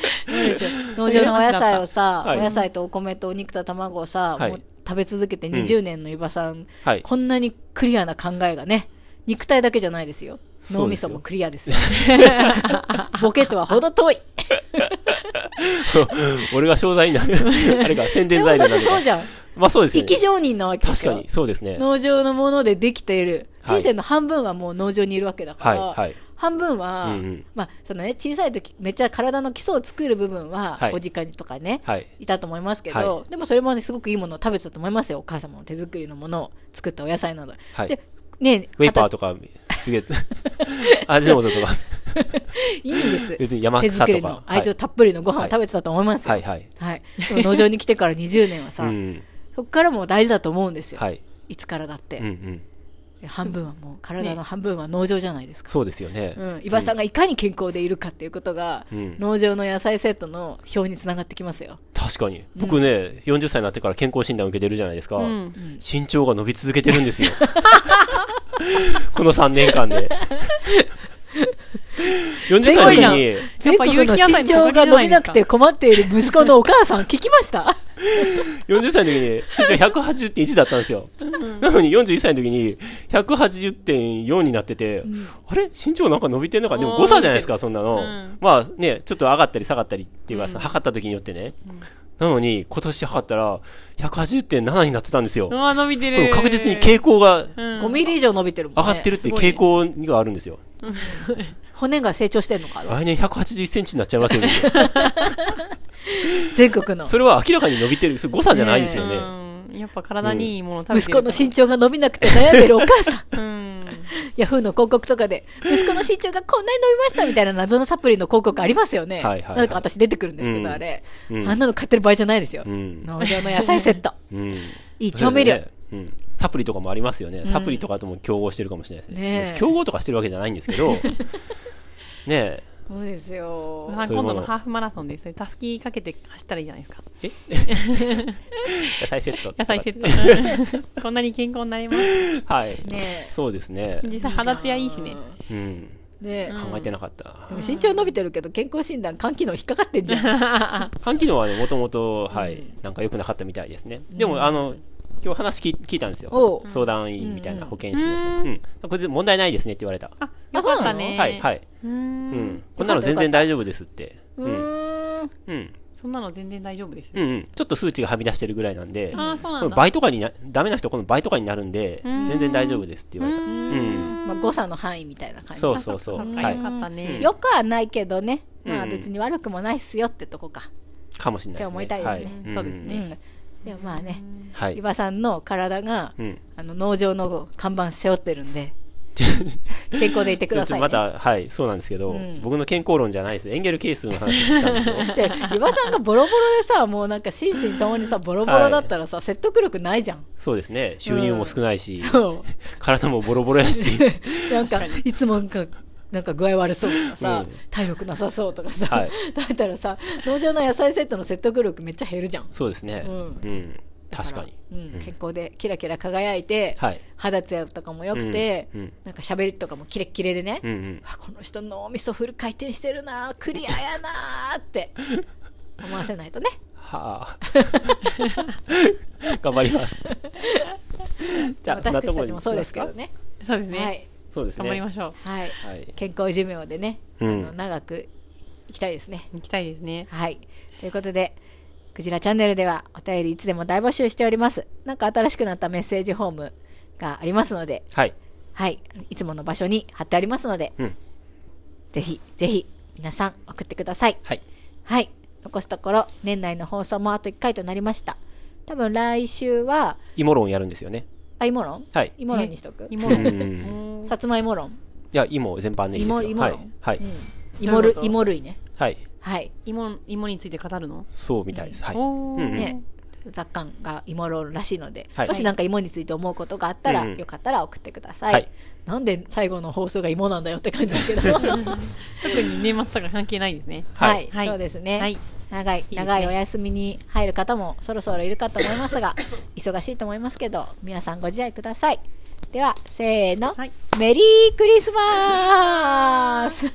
S5: ですよ農場のお野菜をさ、
S2: はい
S5: お野菜とお米とお肉と卵をさ、
S2: はい
S5: もう食べ続けて20年の湯葉さん、
S2: はい
S5: こんなにクリアな考えがね、肉体だけじゃないですよ。
S2: そうですよ
S5: 脳みそもクリ
S2: [laughs]
S5: アですよ。ボケとは程遠い。
S2: [laughs] 俺が商材になる
S5: [laughs]
S2: あれか宣
S5: で
S2: 伝
S5: も
S2: 材
S5: だ
S2: 料
S5: っ
S2: にな
S5: [laughs] て
S2: る
S5: そうじゃん。
S2: まあそうです
S5: 生
S2: ね
S5: き証人なわけで
S2: 確
S5: すよ。
S2: かにそうですね
S5: 農場のものでできている。
S2: はい
S5: 人生の半分はもう農場にいるわけだから、
S2: はいはい
S5: 半分は、
S2: うんうん
S5: まあそのね、小さい時めっちゃ体の基礎を作る部分は
S2: はい、
S5: お時間とかね、
S2: はい
S5: いたと思いますけど、
S2: は
S5: でもそれもね、すごくいいものを食べてたと思いますよ。お母様の手作りのものを作ったお野菜など。
S2: はい
S5: で、ね、
S2: ウェイパー
S5: は
S2: とかす
S5: [laughs]
S2: げえ味の素とか
S5: たいいんです。
S2: 別に山
S5: 手
S2: 草
S5: 作
S2: と
S5: り
S2: か
S5: の愛情たっぷりのご飯を
S2: はい
S5: 食べてたと思いますよ。
S2: はいはい
S5: はい。でも農場に来てから20年は
S2: う
S5: さ、
S2: ん
S5: そこからもう大事だと思うんですよ。、
S2: はいい
S5: つからだって、
S2: うんうん
S5: 半分はもう、体の半分は農場じゃないですか。
S2: そうですよね、
S5: うん、伊庭さんがいかに健康でいるかっていうことが、
S2: うん
S5: 農場の野菜セットの表につながってきますよ。
S2: 確かに。僕ね、40歳になってから健康診断受けてるじゃないですか。身長が伸び続けてるん
S5: [laughs]
S2: ですよ。この3年間で。40歳の時に、
S5: 全国の身長が伸びなくて困っている息子のお母 [laughs] さん聞きました
S2: 40歳の時に身長180.1だったんですよ。なのに41歳の時に180.4になってて、あれ身長なんか伸びてんのかでも誤差じゃないですか、そんなの。
S1: うん
S2: まあね、ちょっと上がったり下がったりっていうか、その測った時によってね。なのに、今年測ったら180.7になってたんですよ。
S1: う
S2: こ
S1: わ、伸びて
S2: れ
S1: る。
S2: 確実に傾向が
S5: 5ミリ以上伸びてるも
S2: 上
S5: ん
S2: が
S5: ね。
S2: ってるって傾向があるんですよ。[laughs]
S5: 骨が成長してんのかな
S2: 来年181センチになっちゃいますよね。
S5: 全国の。
S2: それは明らかに伸びてる。それ誤差じゃないですよ
S1: う
S2: ね。
S1: ん。やっぱ体にいいものを食べて
S5: 息
S1: る
S5: 子
S1: から
S5: の身長が伸びなくて悩んでるお母さん。 [laughs]
S1: うん。
S5: ヤフーの広告とかで、息子の身長がこんなに伸びましたみたいな謎のサプリの広告ありますよね。
S2: はいはいはい
S5: なんか私出てくるんですけど、
S2: うん
S5: あれ、
S2: うん
S5: あんなの買ってる場合じゃないですよ。
S2: うん
S5: 農場の野菜セット。
S2: うん。
S5: いい調味料。
S2: そうですねうん。サプリとかもありますよね、サプリとかとも競合してるかもしれないですね
S5: ねえ
S2: 競合とかしてるわけじゃないんですけどねえ
S5: そうですよ
S1: まあ
S2: そういう
S1: 今
S2: も
S1: 度
S2: の
S1: のハーフマラソンでそれたすきかけて走ったらいいじゃないですか
S2: 野菜セットとか
S1: 野菜セ
S2: [laughs]
S1: ットこんなに健康になれます
S2: はい、
S5: ね
S2: そうですね、
S1: 実際肌ツヤいいしね
S2: うん、
S5: ね
S2: 考えてなかった、
S5: でも身長伸びてるけど健康診断肝機能引っかかってんじゃん
S2: 肝機能はねもともとはい、なんか良くなかったみたいですねでも、あの今日話聞い聞いたんですよ
S5: おう
S2: 相談員みたいな保健師の人、うんこれ問題ないですねって言われた、
S1: あよかったね
S2: はいはい、
S1: うーん
S2: うん、こんなの全然大丈夫ですってうん
S5: うん
S2: うん
S1: そんなの全然大丈夫です
S2: うんうん、ちょっと数値がはみ出してるぐらいなんで、
S1: あーそうなんだ
S2: 倍とかにな、ダメな人、この倍とかになるんで、全然大丈夫ですって言われた。うん,、
S5: まあ誤差の範囲みたいな感じ
S2: そうそうそう。
S1: あ
S2: は
S1: よ
S2: い。
S1: かったね
S5: よくはないけどねまあ
S2: うん
S5: 別に悪くもないっすよってとこか
S2: かもしれないですね。
S5: って思いたいです
S2: は
S5: ね
S1: そうです
S5: う
S1: ね
S5: んでもまあね
S2: はい。
S5: 伊庭さんの体が
S2: うん。
S5: あの農場の看板背負ってる
S2: [laughs]
S5: んで健康でいてく
S2: ちょ
S5: だ
S2: っと
S5: さいね
S2: また、はい、そうなんですけど、僕の健康論じゃないです。エンゲル係数の話してたん
S5: [laughs]
S2: ですよ。
S5: じゃあ、岩さんがボロボロでさ、もうなんか心身ともにさ、ボロボロだったらさ、説得力ないじゃん。
S2: そうですね。収入も少ないし、
S5: そ
S2: 体もボロボロや
S5: [laughs]
S2: し、
S5: う。なんか、いつもなんか、なんか具合悪そうとかさ、
S2: うん
S5: 体力なさそうとかさ、
S2: はい
S5: [laughs] だったらさ、農場の野菜セットの説得力めっちゃ減るじゃん。
S2: そうですね。うんん。確かに。
S5: うん、健康でキラキラ輝いて、
S2: はい
S5: 肌ツヤとかも良くて、
S2: うんうん
S5: なんか喋りとかもキレッキレでね、
S2: うんうん。
S5: あこの人脳みそフル回転してるなクリアやな
S2: [laughs]
S5: ーって思わせないとね [laughs]
S2: はあ。頑張ります。じゃあ、
S5: 私た
S2: こんなところ
S5: ちた
S2: に
S5: ち
S2: し
S5: も
S2: ます
S5: そ
S2: か
S5: うですけど。ね
S1: そうです
S5: は
S1: ね
S5: い
S2: そうです
S1: 頑張りま
S2: ね。
S1: しょ
S5: はい、
S2: はい
S5: 健康寿命でね、
S2: うん
S5: あの長くいきたいですね。
S1: う行きたいですね
S5: はい、ということで、クジラチャンネルではお便りいつでも大募集しております。なんか新しくなったメッセージフォームがありますので、
S2: はい。
S5: はい、いつもの場所に貼ってありますので、
S2: うん
S5: ぜひぜひ皆さん送ってください。
S2: はい。
S5: はい、残すところ年内の放送もあと1回となりました。多分来週は
S2: 芋論やるんですよね。
S5: あ芋論、
S2: はい
S5: 芋論にしとく。
S1: 芋
S2: う
S1: の
S2: ん。
S5: さつまいも論、
S2: いや、芋全般でいいですよ。
S5: 芋芋
S2: はい
S5: 論。
S2: はい。
S5: 芋
S1: どういう
S5: る
S1: こと
S5: 芋類ね。
S2: はい。
S5: はい。
S1: 芋芋について語るの
S2: そうみたいです。はい。
S1: おー
S5: ね、雑感が芋論らしいので、
S2: はい
S5: もしなんか芋について思うことがあったら、
S2: うんうん
S5: よかったら送ってください、
S2: はい
S5: なんで最後の放送が芋なんだよって感じだ
S2: [laughs]
S5: けどは
S1: 特に年末とか関係ないですね
S5: い、
S1: はい
S5: そうですね、
S1: はい
S5: 長い
S1: いですね
S5: 長いお休みに入る方もそろそろいるかと思い
S2: [laughs]
S5: ますが忙しいと思いますけど皆さんご自愛くださいではせーの、
S1: はい
S5: メリークリスマス